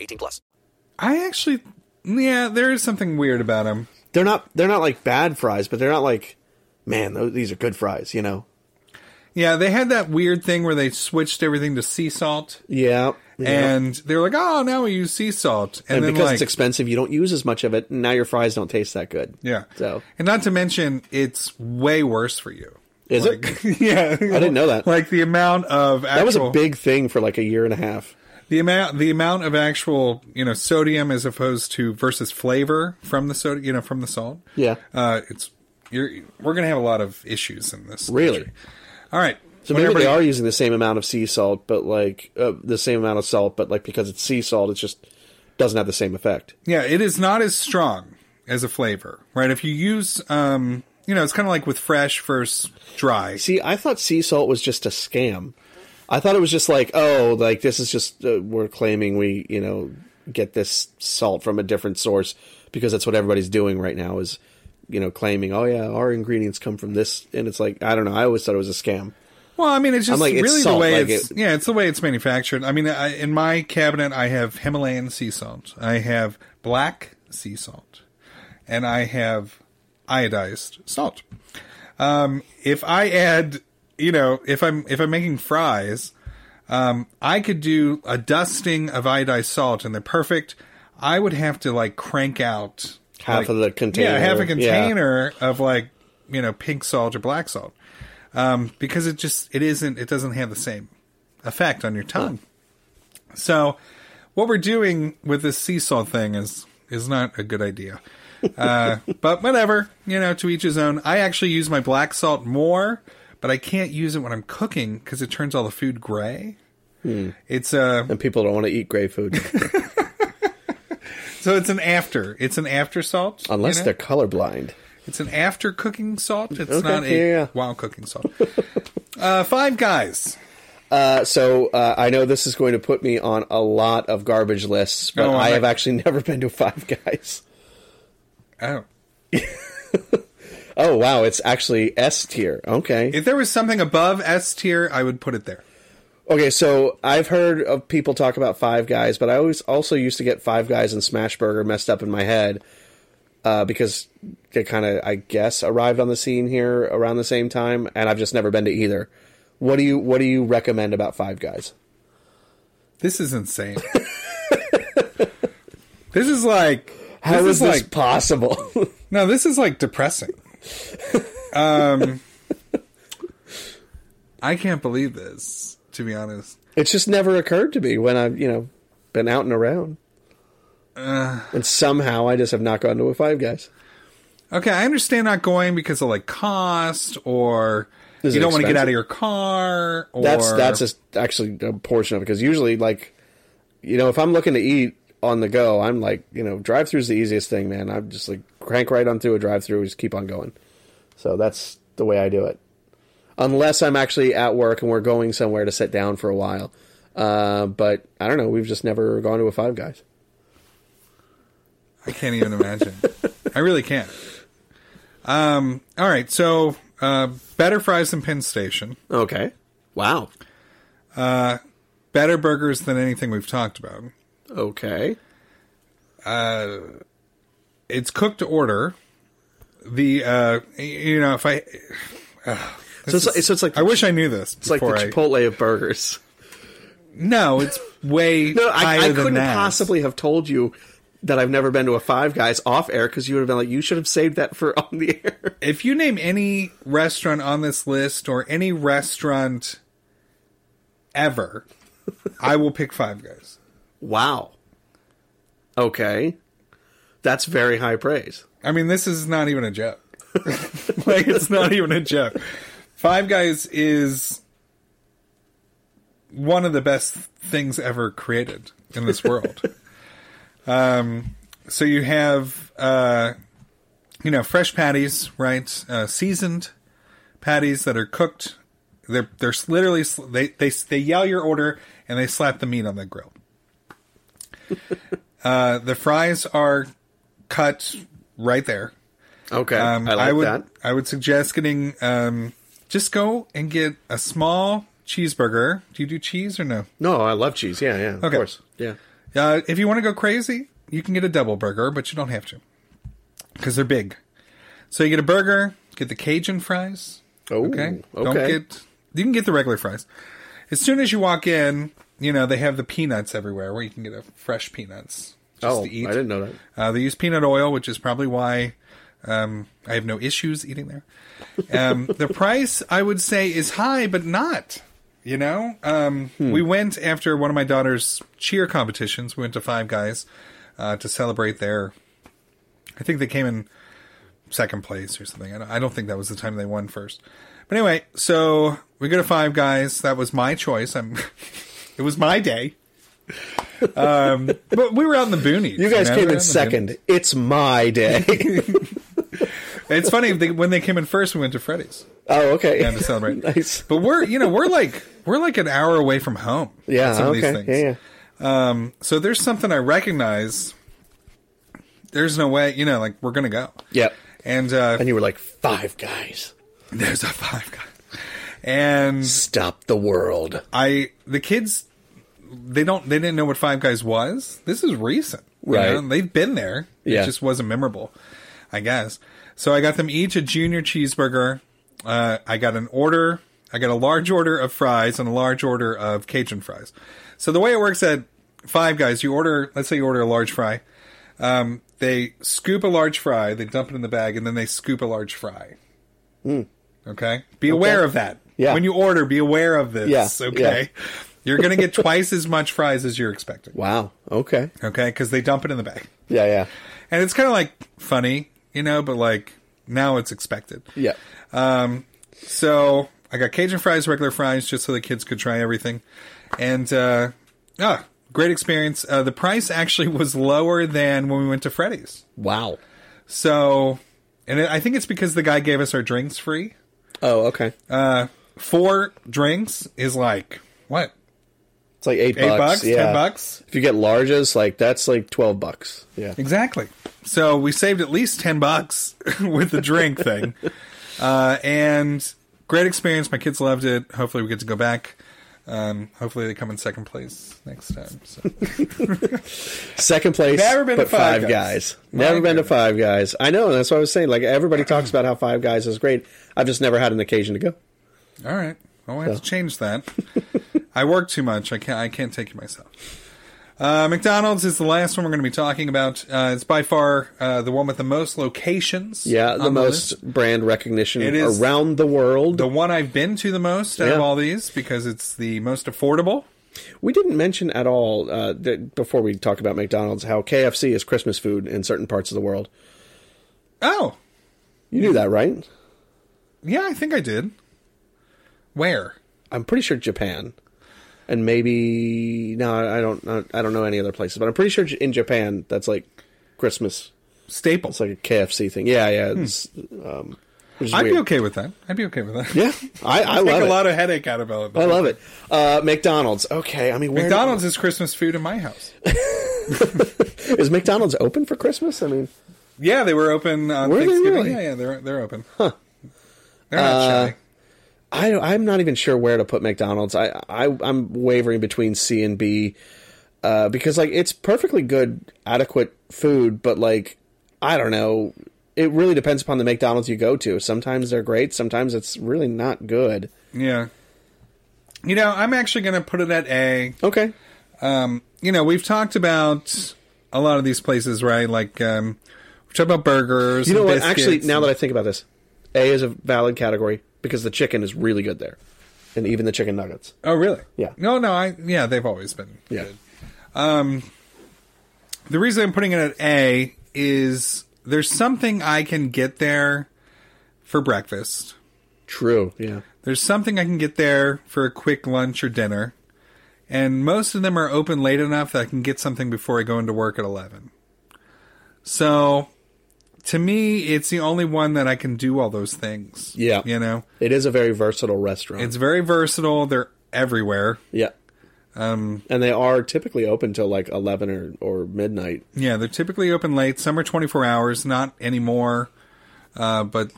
S4: 18 plus.
S2: I actually, yeah, there is something weird about them.
S3: they're not they're not like bad fries, but they're not like, man, those, these are good fries. You know?
S2: Yeah, they had that weird thing where they switched everything to sea salt,
S3: Yeah. yeah.
S2: and they were like, "Oh, now we use sea salt," and,
S3: And
S2: then
S3: because
S2: like,
S3: it's expensive, you don't use as much of it, and now your fries don't taste that good.
S2: yeah,
S3: So
S2: and not to mention it's way worse for you.
S3: is it?
S2: Like, yeah, I
S3: didn't know that.
S2: Like the amount of actual,
S3: That was a big thing for like a year and a half.
S2: the amount the amount of actual you know sodium as opposed to versus flavor from the soda you know from the salt.
S3: Yeah.
S2: uh, it's you're we're gonna have a lot of issues in this.
S3: Really?
S2: country. All right.
S3: So maybe they are using the same amount of sea salt, but like uh, the same amount of salt, but like because it's sea salt, it just doesn't have the same effect.
S2: Yeah, it is not as strong as a flavor, right? If you use, um, you know, it's kind of like with fresh versus dry.
S3: See, I thought sea salt was just a scam. I thought it was just like, oh, like this is just uh, we're claiming we, you know, get this salt from a different source because that's what everybody's doing right now is, you know, claiming, oh yeah, our ingredients come from this, and it's like I don't know. I always thought it was a scam.
S2: Well, I mean, it's just
S3: I'm like, it's
S2: really
S3: salt,
S2: the way
S3: like
S2: it's
S3: it-
S2: yeah, it's the way it's manufactured. I mean, I, in my cabinet, I have Himalayan sea salt, I have black sea salt, and I have iodized salt. Um, if I add, you know, if I'm if I'm making fries, um, I could do a dusting of iodized salt, and they're perfect. I would have to like crank out
S3: Half
S2: like-
S3: of the container,
S2: yeah, half a
S3: Yeah.
S2: container of like you know pink salt or black salt, um, because it just it isn't it doesn't have the same effect on your tongue. So, what we're doing with this sea salt thing is is not a good idea. Uh, but whatever, you know, to each his own. I actually use my black salt more, but I can't use it when I'm cooking because it turns all the food gray.
S3: Hmm.
S2: It's uh, a
S3: and people don't want to eat gray food
S2: so it's an after. It's an after salt you
S3: unless
S2: know?
S3: they're colorblind.
S2: It's an after cooking salt. It's
S3: Okay,
S2: not a
S3: yeah, yeah.
S2: while cooking salt. uh, five guys.
S3: so uh, I know this is going to put me on a lot of garbage lists, but
S2: Oh,
S3: I have
S2: I-
S3: actually never been to Five Guys.
S2: Oh.
S3: Oh wow, it's actually S tier. Okay,
S2: If there was something above S tier, I would put it there.
S3: okay. So I've heard of people talk about Five Guys, but I always also used to get Five Guys and Smash Burger messed up in my head uh, because they kind of, I guess, arrived on the scene here around the same time, and I've just never been to either. What do you What do you recommend about Five Guys?
S2: This is insane. This is like
S3: How
S2: this
S3: is
S2: is
S3: this
S2: like
S3: possible?
S2: no, this is like depressing. Um, I can't believe this. To be honest,
S3: it's just never occurred to me when I've you know been out and around. and somehow I just have not gone to a Five Guys.
S2: okay, I understand not going because of like cost or
S3: Is
S2: you
S3: it
S2: don't want to get out
S3: expensive?
S2: of your car. Or
S3: That's that's just actually a portion of it because usually, like, you know, if I'm looking to eat on the go, I'm like, you know, drive throughs the easiest thing, man. I'm just like crank right on through a drive through, just keep on going. So that's the way I do it, unless I'm actually at work and we're going somewhere to sit down for a while. Uh, but I don't know. We've just never gone to a Five Guys.
S2: I can't even imagine. I really can't. Um. All right. So, uh, better fries than Penn Station.
S3: Okay. Wow.
S2: Better burgers than anything we've talked about.
S3: Okay.
S2: It's cooked to order. The uh, y- you know, if I
S3: So it's, like, so it's like
S2: I wish I knew this.
S3: it's like the
S2: before I-
S3: Chipotle of burgers.
S2: No, it's way
S3: No, I,
S2: higher
S3: I
S2: than
S3: couldn't
S2: that.
S3: possibly have told you that I've never been to a Five Guys off air because you would have been like, you should have saved that for on the air.
S2: If you name any restaurant on this list or any restaurant ever, I will pick Five Guys.
S3: Wow. Okay. That's very high praise.
S2: I mean, this is not even a joke. like, it's not even a joke. Five Guys is one of the best things ever created in this world. um, so you have, uh, you know, fresh patties, right? Uh, seasoned patties that are cooked. They're they're s- literally sl- they they they yell your order and they slap the meat on the grill. uh, the fries are cut right there.
S3: Okay.
S2: Um,
S3: I like
S2: would
S3: that.
S2: I would suggest getting um, just go and get a small cheeseburger. Do you do cheese or no?
S3: No, I love cheese. Yeah, yeah. Of
S2: Okay.
S3: course. Yeah.
S2: Uh, if you want to go crazy, you can get a double burger, but you don't have to because they're big. So you get a burger, get the Cajun fries.
S3: Oh,
S2: Okay,
S3: okay.
S2: don't get. You can get the regular fries. As soon as you walk in, you know they have the peanuts everywhere where you can get a fresh peanuts just
S3: oh, I
S2: to eat.
S3: didn't know that.
S2: Uh, they use peanut oil, which is probably why um, I have no issues eating there. Um, the price, I would say, is high, but not. You know, um,
S3: Hmm.
S2: we went after one of my daughter's cheer competitions. We went to Five Guys uh, to celebrate their. I think they came in second place or something. I don't, I don't think that was the time they won first. But anyway, so we go to Five Guys. That was my choice. I'm. it was my day. Um, but we were out in the boonies.
S3: You guys
S2: know? We
S3: came
S2: were out
S3: in
S2: the
S3: second. It's my day.
S2: boonies. It's funny they, when they came in first, we went to Freddy's
S3: oh, okay.
S2: and to celebrate.
S3: nice.
S2: But we're you know we're like we're like an hour away from home.
S3: Yeah,
S2: with some of these
S3: okay.
S2: things.
S3: Yeah, yeah.
S2: So there's something I recognize. There's no way you know like we're gonna go.
S3: Yep.
S2: And uh,
S3: And you were like, Five Guys.
S2: there's a five guy. And
S3: Stop the world.
S2: I the kids they don't they didn't know what Five Guys was. This is recent, you
S3: Right.
S2: know, and They've been there.
S3: Yeah.
S2: It just wasn't memorable, I guess. So I got them each a junior cheeseburger. Uh, I got an order. I got a large order of fries and a large order of Cajun fries. So the way it works at Five Guys, you order. Let's say you order a large fry. Um, they scoop a large fry, they dump it in the bag, and then they scoop a large fry. Okay. Be aware of that.
S3: Hmm. Yeah.
S2: When you order, be aware of this.
S3: Yeah,
S2: Okay. You're going to get twice as much fries as you're expecting.
S3: Wow. Okay.
S2: Okay. Because they dump it in the bag.
S3: Yeah, yeah.
S2: And it's kind of like funny, you know, but like now it's expected.
S3: Yeah.
S2: So I got Cajun fries, regular fries, just so the kids could try everything. And, uh, ah, great experience. Uh, the price actually was lower than when we went to Freddy's.
S3: Wow.
S2: So, and I think it's because the guy gave us our drinks free.
S3: Oh, okay.
S2: Four drinks is like, what?
S3: It's like eight,
S2: Eight
S3: bucks.
S2: bucks,
S3: yeah.
S2: ten bucks.
S3: If you get larges, like that's like twelve bucks. Yeah.
S2: Exactly. So we saved at least 10 bucks with the drink thing. Uh, and great experience. My kids loved it. Hopefully, we get to go back. Um, hopefully, they come in second place next time. So.
S3: Second place.
S2: Never been
S3: but
S2: to Five Guys. My
S3: Never been to
S2: goodness.
S3: Five Guys. I know. That's what I was saying. Like everybody talks about how Five Guys is great. I've just never had an occasion to go.
S2: All right. Well, I have to change that. I work too much. I can't. I can't take it myself. Uh, McDonald's is the last one we're going to be talking about. Uh, it's by far uh, the one with the most locations.
S3: Yeah,
S2: on
S3: the most
S2: list.
S3: brand recognition
S2: It is-
S3: around the world.
S2: The one I've been to the most out
S3: Yeah.
S2: of all these because it's the most affordable.
S3: We didn't mention at all uh, that before we talked about McDonald's how KFC is Christmas food in certain parts of the world.
S2: Oh,
S3: You knew that, right?
S2: yeah, I think I did. Where?
S3: I'm pretty sure Japan, and maybe no, I don't, I don't know any other places, but I'm pretty sure in Japan that's like Christmas.
S2: Staples.
S3: It's like a KFC thing. Yeah, yeah. It's, um, which is
S2: Hmm. I'd
S3: weird.
S2: be okay with that. I'd be okay with that.
S3: Yeah, I, I
S2: Take
S3: love
S2: a
S3: it.
S2: lot of headache out of it.
S3: I love it. Uh, McDonald's. Okay, I mean, where
S2: McDonald's is Christmas food in my house.
S3: is McDonald's open for Christmas? I mean,
S2: Yeah, they were open on
S3: Were they
S2: Thanksgiving.
S3: really? Uh,
S2: Yeah, yeah, they're they're open. Huh. They're not shy.
S3: I don't- I'm not even sure where to put McDonald's. I, I I'm wavering between C and B uh, because like it's perfectly good, adequate food, but like I don't know. It really depends upon the McDonald's you go to. Sometimes they're great. Sometimes it's really not good.
S2: Yeah. You know, I'm actually going to put it at A. Um,
S3: Okay.
S2: You know, we've talked about a lot of these places, right? Like, um, we talked about burgers.
S3: You know
S2: and
S3: what? Actually,
S2: biscuits
S3: now
S2: and-
S3: that I think about this, A is a valid category because the chicken is really good there, and even the chicken nuggets.
S2: oh, really?
S3: Yeah.
S2: No, no, I yeah, they've always been.
S3: Yeah.
S2: The reason I'm putting it at A is there's something I can get there for breakfast.
S3: True. Yeah.
S2: There's something I can get there for a quick lunch or dinner. And most of them are open late enough that I can get something before I go into work at 11. So to me, it's the only one that I can do all those things.
S3: Yeah.
S2: You know,
S3: It is a very versatile restaurant.
S2: it's very versatile. They're everywhere.
S3: Yeah. Um, and they are typically open till like eleven or, or midnight.
S2: Yeah. They're typically open late. Some are 24 hours, not anymore. Uh, but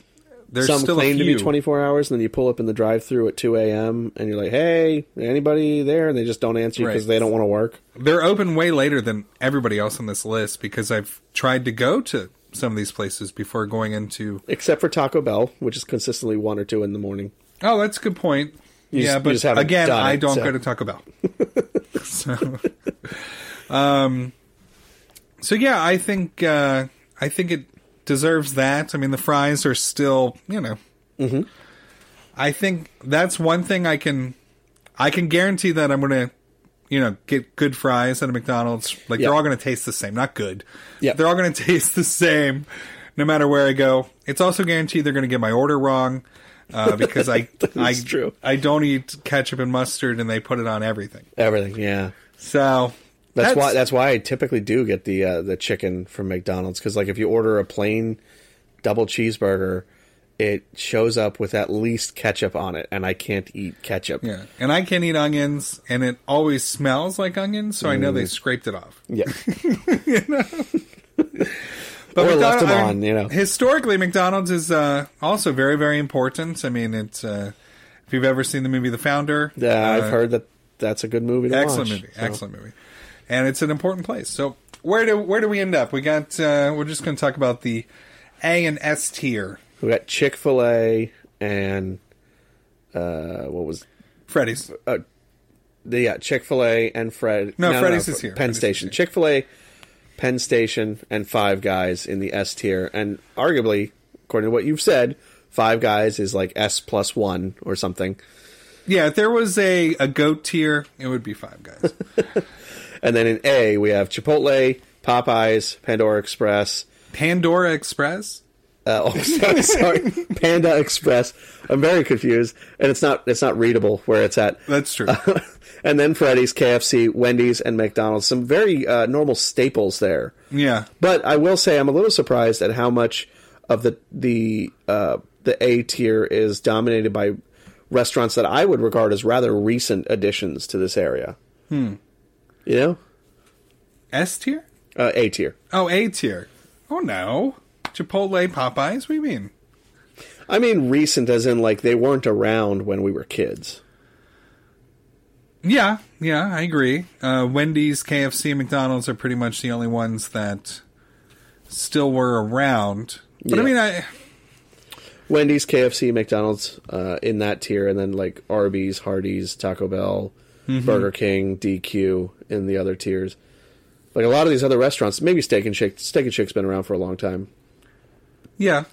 S2: there's
S3: Some
S2: still
S3: claim
S2: a
S3: to
S2: few.
S3: be twenty four hours, and then you pull up in the drive through at two a.m. and you're like, "Hey, anybody there?" And they just don't answer you because
S2: Right.
S3: they don't want to work.
S2: they're open way later than everybody else on this list because I've tried to go to some of these places before going into
S3: Except for Taco Bell, which is consistently one or two in the morning.
S2: Oh, that's a good point. yeah,
S3: just- you
S2: but
S3: just haven't
S2: again,
S3: done
S2: I
S3: it,
S2: don't
S3: so.
S2: go to Taco Bell. so, um, so yeah, I think uh, I think it deserves that. I mean, the fries are still, you know,
S3: Mm-hmm.
S2: I think that's one thing I can I can guarantee that I'm gonna. You know, get good fries at a McDonald's. Like
S3: Yeah.
S2: they're all going to taste the same. Not good.
S3: Yeah.
S2: they're all going to taste the same, no matter where I go. It's also guaranteed they're going to get my order wrong uh, because I I
S3: true.
S2: I don't eat ketchup and mustard, and they put it on everything.
S3: Everything, yeah.
S2: So
S3: That's, why. That's why I typically do get the uh, the chicken from McDonald's because, like, if you order a plain double cheeseburger, it shows up with at least ketchup on it, and I can't eat ketchup.
S2: yeah. And I can't eat onions, and it always smells like onions, so I know
S3: Mm.
S2: they scraped it off.
S3: yeah.
S2: But
S3: Or left
S2: McDonald-
S3: them
S2: I
S3: on,
S2: mean,
S3: you know.
S2: Historically, McDonald's is uh, also very very important. I mean, it's uh, if you've ever seen the movie The Founder,
S3: Yeah,
S2: uh,
S3: I've heard that that's a good movie to
S2: excellent
S3: watch.
S2: movie,
S3: so.
S2: excellent movie, and it's an important place. So where do where do we end up? We got uh, we're just going to talk about the A and S tier.
S3: We got Chick Fil A and uh, what was
S2: Freddy's.
S3: the yeah Chick Fil A and Fred?
S2: No, Freddy's is here.
S3: Penn
S2: Freddy's is
S3: Station,
S2: here.
S3: Chick Fil A, Penn Station, and Five Guys in the S tier, and arguably, according to what you've said, Five Guys is like S plus one or something.
S2: Yeah, if there was a, a goat tier, it would be Five Guys.
S3: And then in A we have Chipotle, Popeyes, Pandora Express.
S2: Pandora Express?
S3: Uh, oh, sorry, sorry, Panda Express. I'm very confused, and it's not it's not readable where it's at.
S2: That's true.
S3: and then Freddy's, KFC, Wendy's, and McDonald's. Some very uh, normal staples there.
S2: yeah.
S3: But I will say I'm a little surprised at how much of the the uh, the A tier is dominated by restaurants that I would regard as rather recent additions to this area. Hmm. You know,
S2: S tier?
S3: uh, A tier.
S2: Oh, A tier. Oh, no. Chipotle, Popeyes? What do you mean?
S3: I mean recent, as in like they weren't around when we were kids.
S2: Yeah, yeah, I agree. Uh, Wendy's, KFC, and McDonald's are pretty much the only ones that still were around. But I
S3: Yeah.
S2: mean, I.
S3: Wendy's, KFC, McDonald's uh, in that tier, and then like Arby's, Hardee's, Taco Bell,
S2: Mm-hmm.
S3: Burger King, DQ, and the other tiers. Like a lot of these other restaurants, maybe Steak and Shake. Steak and Shake's been around for a long time.
S2: Yeah.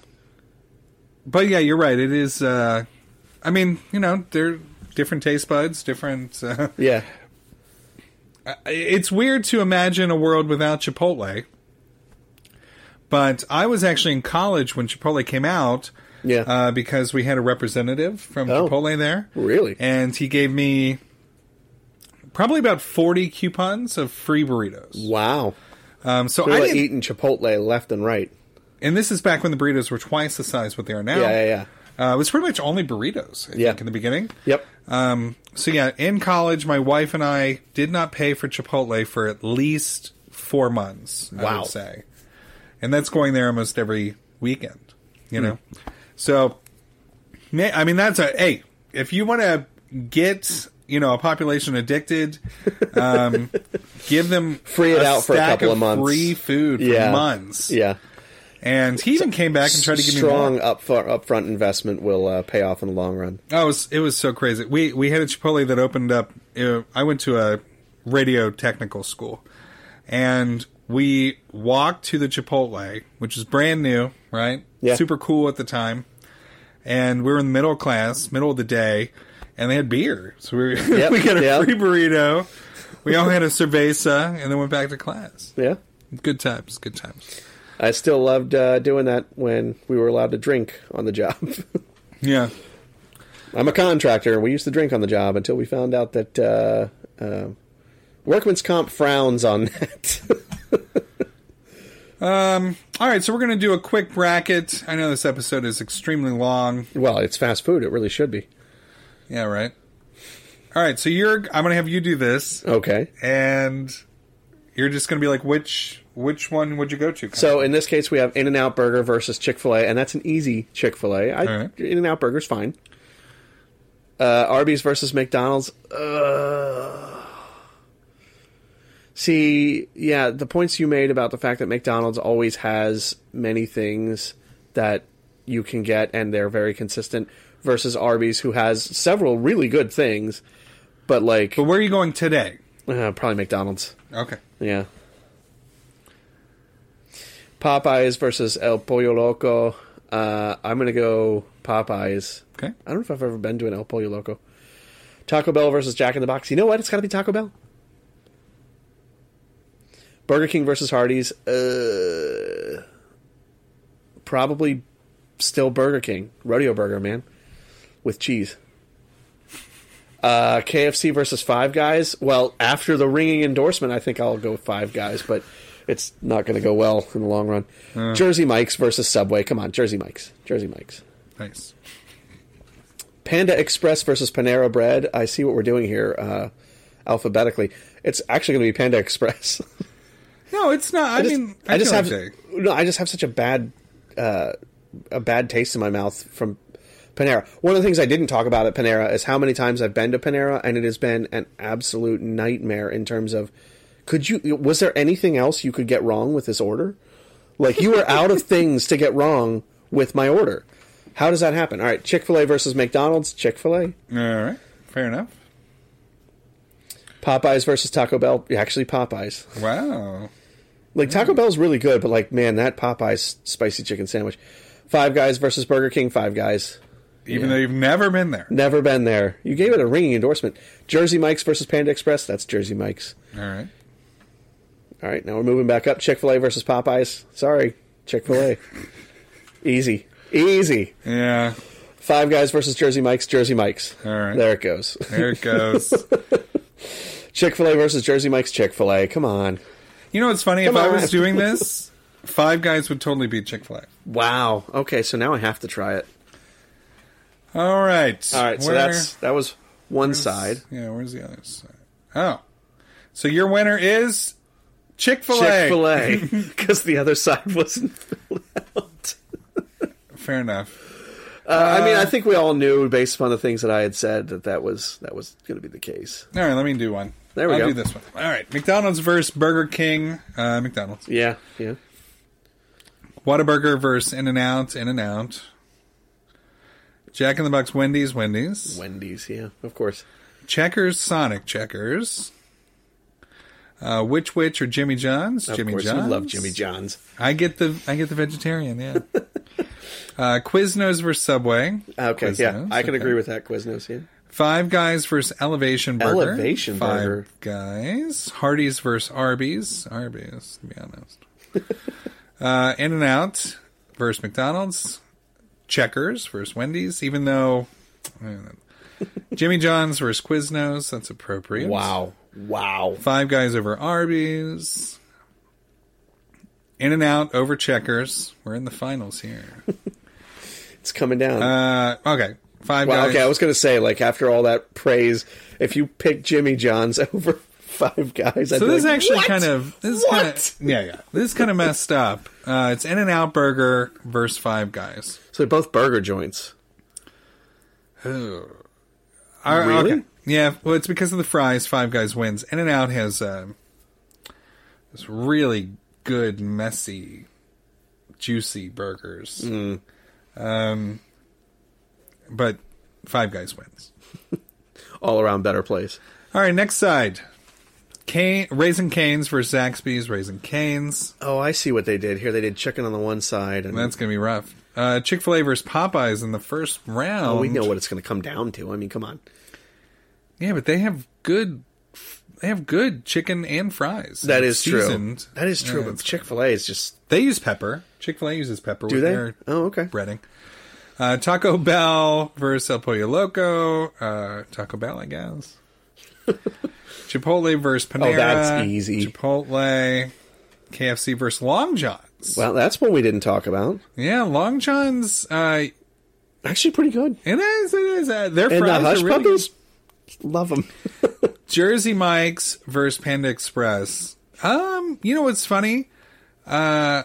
S2: But yeah, you're right. It is. Uh, I mean, you know, they're different taste buds, different. Uh,
S3: Yeah,
S2: it's weird to imagine a world without Chipotle. But I was actually in college when Chipotle came out.
S3: Yeah.
S2: Uh, because we had a representative from
S3: Oh.
S2: Chipotle there.
S3: Really?
S2: And he gave me probably about 40 coupons of free burritos.
S3: wow.
S2: Um, so
S3: They're
S2: I
S3: like
S2: didn't,
S3: eating Chipotle left and right.
S2: and this is back when the burritos were twice the size what they are now.
S3: Yeah, yeah, yeah.
S2: Uh, it was pretty much only burritos, I
S3: Yeah.
S2: think, in the beginning.
S3: Yep.
S2: Um, so yeah, in college, my wife and I did not pay for Chipotle for at least four months. I
S3: Wow.
S2: would say, and that's going there almost every weekend. You know,
S3: Hmm.
S2: so ma- I mean that's a hey. If you want to get you know a population addicted, um, give them
S3: Free it out for a
S2: stack
S3: couple of months.
S2: free food for
S3: Yeah.
S2: months.
S3: Yeah.
S2: and he even came back and tried to give me more.
S3: Strong up upfront investment will uh, pay off in the long run.
S2: Oh, it was, it was so crazy. We we had a Chipotle that opened up. uh, I went to a radio technical school, and we walked to the Chipotle, which is brand new, right?
S3: Yeah.
S2: Super cool at the time, and we were in the middle class, middle of the day, and they had beer, so we we got a
S3: yep.
S2: free burrito. We all had a cerveza, and then went back to class.
S3: Yeah.
S2: Good times, good times.
S3: I still loved uh, doing that when we were allowed to drink on the job.
S2: Yeah,
S3: I'm a contractor, and we used to drink on the job until we found out that uh, uh, workman's comp frowns on that.
S2: All right, so we're going to do a quick bracket. I know this episode is extremely long.
S3: well, it's fast food; it really should be.
S2: Yeah, right. All right, so you're I'm going to have you do this
S3: Okay.
S2: and you're just going to be like which which one would you go to?
S3: So in this case, we have In and Out Burger versus Chick Fil A, and that's an easy Chick Fil A.
S2: All right.
S3: In and Out Burger's fine. Uh, Arby's versus McDonald's. Uh, see, yeah, the points you made about the fact that McDonald's always has many things that you can get, and they're very consistent. Versus Arby's, who has several really good things, but like
S2: but where are you going today?
S3: uh, probably McDonald's.
S2: Okay.
S3: Yeah. Popeyes versus El Pollo Loco. Uh, I'm going to go Popeyes.
S2: Okay.
S3: I don't know if I've ever been to an El Pollo Loco. Taco Bell versus Jack in the Box. You know what? It's got to be Taco Bell. Burger King versus Hardee's. Uh, probably still Burger King. Rodeo Burger, man. With cheese. Uh, KFC versus Five Guys. Well, after the ringing endorsement, I think I'll go with Five Guys, but it's not going to go well in the long run. Jersey Mike's versus Subway. Come on, Jersey Mike's. Jersey Mike's.
S2: Nice.
S3: Panda Express versus Panera Bread. I see what we're doing here uh, alphabetically. It's actually going to be Panda Express.
S2: No, it's not. I,
S3: just-
S2: mean, I,
S3: just
S2: feel
S3: have
S2: like they-
S3: no. I just have such a bad uh, a bad taste in my mouth from Panera. One of the things I didn't talk about at Panera is how many times I've been to Panera, and it has been an absolute nightmare in terms of could you was there anything else you could get wrong with this order? Like you were out of things to get wrong with my order. How does that happen? All right, Chick Fil A versus McDonald's. Chick Fil A.
S2: All right. Fair enough.
S3: Popeyes versus Taco Bell. Yeah, Actually, Popeyes.
S2: Wow.
S3: Like Taco Bell's really good, but like man, that Popeyes spicy chicken sandwich. Five Guys versus Burger King. Five Guys.
S2: Even though you've never been there.
S3: Never been there. You gave it a ringing endorsement. Jersey Mike's versus Panda Express. That's Jersey Mike's.
S2: All right.
S3: All right, now we're moving back up. Chick Fil A versus Popeyes. Sorry, Chick Fil A. Easy, easy.
S2: Yeah.
S3: Five Guys versus Jersey Mike's. Jersey Mike's.
S2: All right.
S3: There it goes.
S2: There it goes.
S3: Chick Fil A versus Jersey Mike's. Chick Fil A. Come on.
S2: you know what's funny?
S3: Come
S2: if I
S3: on.
S2: was doing this, Five Guys would totally beat Chick-fil-A.
S3: Wow. Okay, so now I have to try it.
S2: All right.
S3: All right, so
S2: Where-
S3: that's that was one side.
S2: Yeah, where's the other side? Oh. So your winner is Chick-fil-A.
S3: Chick Fil A, because the other side wasn't filled out.
S2: Fair enough.
S3: Uh, I mean, I think we all knew based upon the things that I had said that that was that was going to be the case.
S2: All right, let me do one.
S3: There we
S2: I'll
S3: go.
S2: do this one. All right, McDonald's versus Burger King. Uh, McDonald's.
S3: Yeah, yeah.
S2: Whataburger versus In and Out. In and Out. Jack in the Box. Wendy's. Wendy's.
S3: Wendy's, yeah, of course.
S2: Checkers, Sonic Checkers. Uh, Witch Witch or Jimmy John's?
S3: Of
S2: Jimmy
S3: course,
S2: John's.
S3: you love Jimmy John's.
S2: I get the I get the vegetarian. Yeah. uh, Quiznos versus Subway.
S3: Uh, Okay, yeah,
S2: Quiznos,
S3: I can
S2: okay.
S3: agree with that, Quiznos. Yeah.
S2: Five Guys versus Elevation Burger.
S3: Elevation
S2: Five
S3: Burger.
S2: Guys. Hardee's versus Arby's. Arby's, to be honest. uh, In and Out versus McDonald's. Checkers versus Wendy's. Even though I don't know. Jimmy John's versus Quiznos. That's appropriate.
S3: Wow, wow.
S2: Five Guys over Arby's. In and Out over Checkers. We're in the finals here.
S3: It's coming down.
S2: Uh, okay. Five
S3: Well,
S2: Guys.
S3: okay, I was gonna say, like, after all that praise, if you pick Jimmy John's over Five Guys, I'd
S2: So
S3: be
S2: this is
S3: like,
S2: actually
S3: "What?
S2: kind of this is kind of
S3: what?
S2: yeah yeah this is kind of messed up. Uh, it's In and Out Burger versus Five Guys.
S3: So they're both burger joints.
S2: Uh,
S3: Really?
S2: Yeah. Well, it's because of the fries. Five Guys wins. In and Out has um this really good, messy, juicy burgers. Um, but Five Guys wins.
S3: All around better place.
S2: All right, next side. Cane, Raisin Canes versus Zaxby's. Raisin Canes.
S3: Oh, I see what they did here. They did chicken on the one side, and
S2: That's gonna be rough. Uh, Chick Fil A versus Popeyes in the first round.
S3: oh, we know what it's going to come down to. I mean, come on.
S2: Yeah, but they have good. They have good chicken and fries.
S3: That
S2: It's
S3: is true.
S2: seasoned.
S3: That is true.
S2: Yeah,
S3: but
S2: it's-
S3: Chick Fil A is just
S2: They use pepper. Chick Fil A uses pepper.
S3: do
S2: with
S3: they?
S2: Their
S3: Oh, okay.
S2: breading. Uh, Taco Bell versus El Pollo Loco. Uh, Taco Bell, I guess. Chipotle versus Panera.
S3: Oh, that's easy.
S2: Chipotle. KFC versus Long John's.
S3: Well, that's one we didn't talk about.
S2: Yeah, Long John's. Uh,
S3: Actually, pretty good.
S2: it is. It is. Uh, their
S3: And the
S2: fries
S3: hush
S2: are really
S3: puppies, love them.
S2: Jersey Mike's versus Panda Express. Um, you know what's funny? Uh,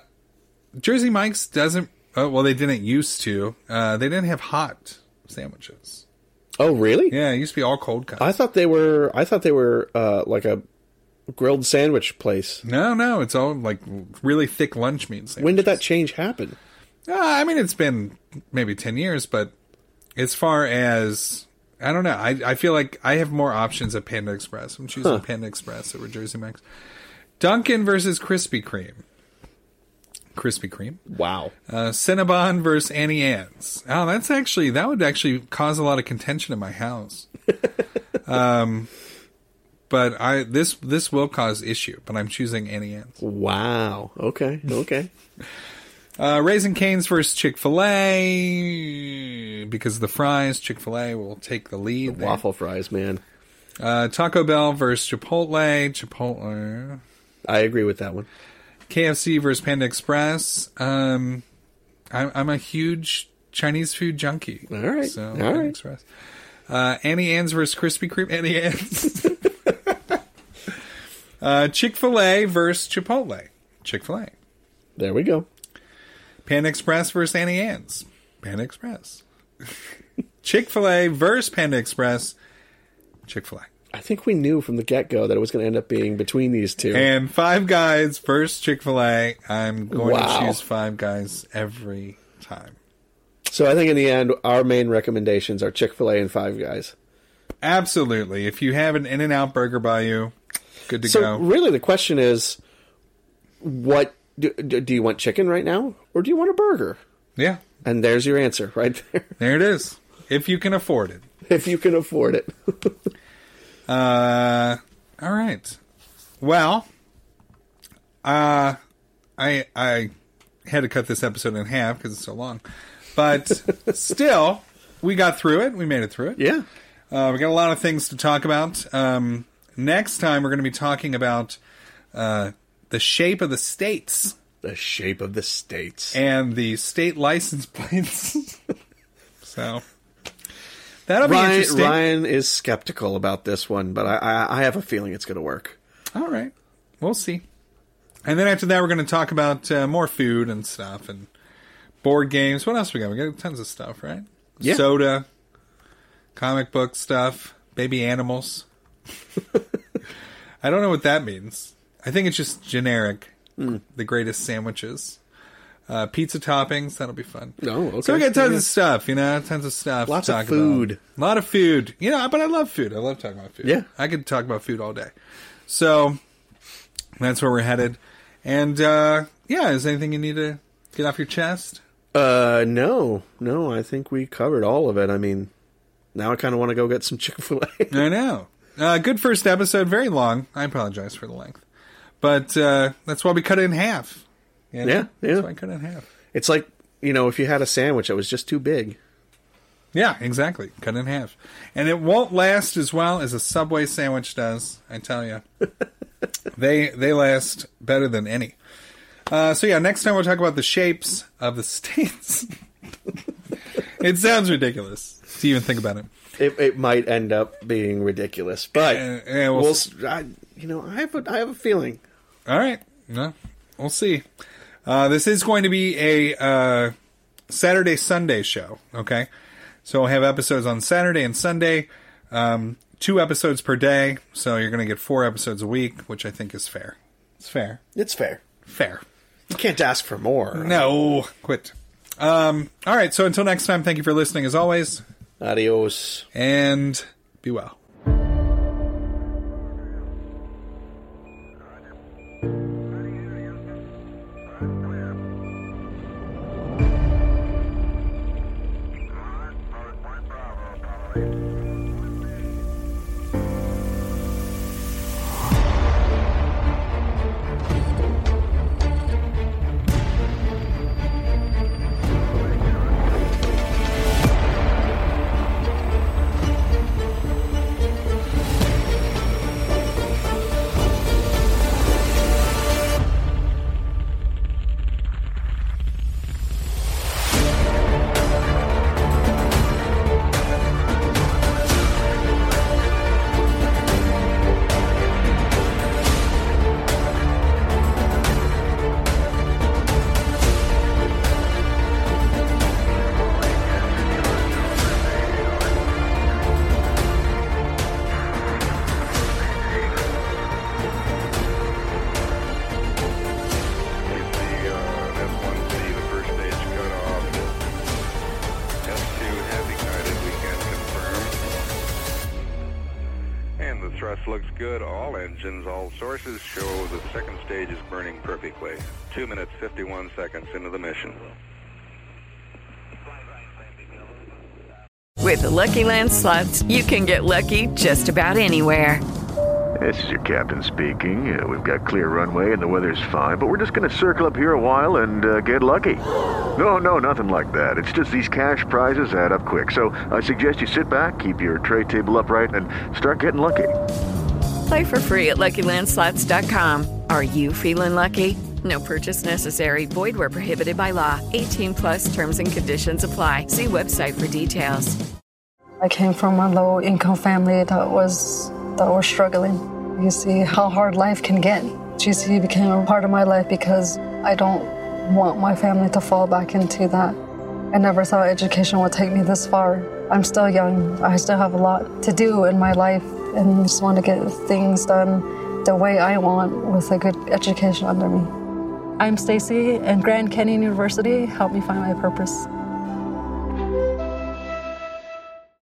S2: Jersey Mike's doesn't. Oh, well, they didn't used to. Uh, they didn't have hot sandwiches.
S3: Oh, really?
S2: Yeah, it used to be all cold cuts.
S3: I thought they were. I thought they were uh, like a grilled sandwich place.
S2: no, no, it's all like really thick lunch meat sandwiches.
S3: When did that change happen?
S2: Uh, I mean, it's been maybe ten years, but as far as I don't know, I I feel like I have more options at Panda Express. I'm choosing Panda Express over Jersey Mike's. Dunkin' versus Krispy Kreme. Krispy Kreme.
S3: Wow.
S2: Uh, Cinnabon versus Annie Ann's. Oh, that's actually that would actually cause a lot of contention in my house. um, but I this this will cause issue. But I'm choosing Annie Ann's.
S3: Wow. Okay. Okay.
S2: Uh, Raisin Canes versus Chick Fil A because of the fries. Chick Fil A will take the lead. there.
S3: Waffle fries, man.
S2: Uh, Taco Bell versus Chipotle. Chipotle.
S3: I agree with that one.
S2: KFC versus Panda Express. Um, I'm, I'm a huge Chinese food junkie.
S3: All right.
S2: So
S3: All
S2: Panda
S3: right.
S2: Express. Uh, Annie Ann's versus Krispy Kreme. Annie Ann's. uh, Chick Fil A versus Chipotle. Chick Fil A.
S3: There we go.
S2: Panda Express versus Annie Ann's. Panda Express. Chick Fil A versus Panda Express. Chick Fil A.
S3: I think we knew from the get go that it was going to end up being between these two.
S2: And Five Guys versus Chick Fil A. I'm going
S3: Wow.
S2: to choose Five Guys every time.
S3: so I think in the end, our main recommendations are Chick fil A and Five Guys.
S2: Absolutely. If you have an In and Out burger by you, good to
S3: So
S2: go.
S3: really, the question is what do, do do you want chicken right now or do you want a burger?
S2: yeah,
S3: And there's your answer right there.
S2: there it is. If you can afford it.
S3: if you can afford it.
S2: Uh, all right. Well, uh, I I had to cut this episode in half because it's so long, but still, we got through it. We made it through it.
S3: yeah.
S2: Uh, we got a lot of things to talk about. Um, next time, we're going to be talking about uh, the shape of the states
S3: The shape of the states.
S2: and the state license plates. so that'll be
S3: Ryan,
S2: interesting.
S3: Ryan is skeptical about this one, but I, I, I have a feeling it's going to work.
S2: All right. We'll see. And then after that, we're going to talk about uh, more food and stuff and board games. What else we got? We got tons of stuff, right?
S3: Yeah.
S2: Soda, comic book stuff, baby animals.
S3: Hmm.
S2: I don't know what that means. I think it's just generic. The greatest sandwiches. Uh, pizza toppings, that'll be fun.
S3: Oh, okay.
S2: So we got tons
S3: Yeah.
S2: of stuff, you know, tons of stuff. to
S3: Lots of
S2: talk
S3: food.
S2: About. A lot of food. You know, but I love food. I love talking about food.
S3: Yeah.
S2: I could talk about food all day. So that's where we're headed. And uh, yeah, is there anything you need to get off your chest?
S3: Uh, no, no, I think we covered all of it. I mean, now I kind of want to go get some Chick Fil A.
S2: I know. Uh, good first episode. Very long. I apologize for the length, but uh, that's why we cut it in half. You know?
S3: Yeah, yeah.
S2: That's why I cut it in half.
S3: It's like you know, if you had a sandwich that was just too big.
S2: Yeah, exactly. Cut it in half, and it won't last as well as a Subway sandwich does. I tell you, they they last better than any. Uh, so yeah, next time we'll talk about the shapes of the states. it sounds ridiculous to even think about it.
S3: It, it might end up being ridiculous, but
S2: Yeah, yeah,
S3: we'll,
S2: we'll
S3: s I you know, I have a, I have a feeling.
S2: All right. No, we'll see. Uh, this is going to be a uh, Saturday Sunday show. Okay, so we'll have episodes on Saturday and Sunday, um, two episodes per day. So you're going to get four episodes a week, which I think is fair. It's fair.
S3: It's fair.
S2: Fair.
S3: You can't ask for more.
S2: No, quit. Um, all right. So until next time, thank you for listening as always,
S3: Adios.
S2: and be well.
S5: Get the uh, F1C, the first stage cut off. F2 heavy guided, we can confirm. And the thrust looks good. All engines, all sources show the second stage is burning perfectly. 2 minutes 51 seconds into the mission.
S6: With the Lucky Land slots, you can get lucky just about anywhere.
S4: This is your captain speaking. Uh, we've got clear runway and the weather's fine, but we're just going to circle up here a while and uh, get lucky. No, no, nothing like that. It's just these cash prizes add up quick. So I suggest you sit back, keep your tray table upright, and start getting lucky.
S6: Play for free at LuckyLandSlots.com. Are you feeling lucky? No purchase necessary. Void where prohibited by law. 18 plus terms and conditions apply. See website for details.
S7: I came from a low income family that was that was struggling. You see how hard life can get. GC became a part of my life because I don't want my family to fall back into that. I never thought education would take me this far. I'm still young. I still have a lot to do in my life and just want to get things done the way I want with a good education under me. I'm Stacy and Grand Canyon University helped me find my purpose.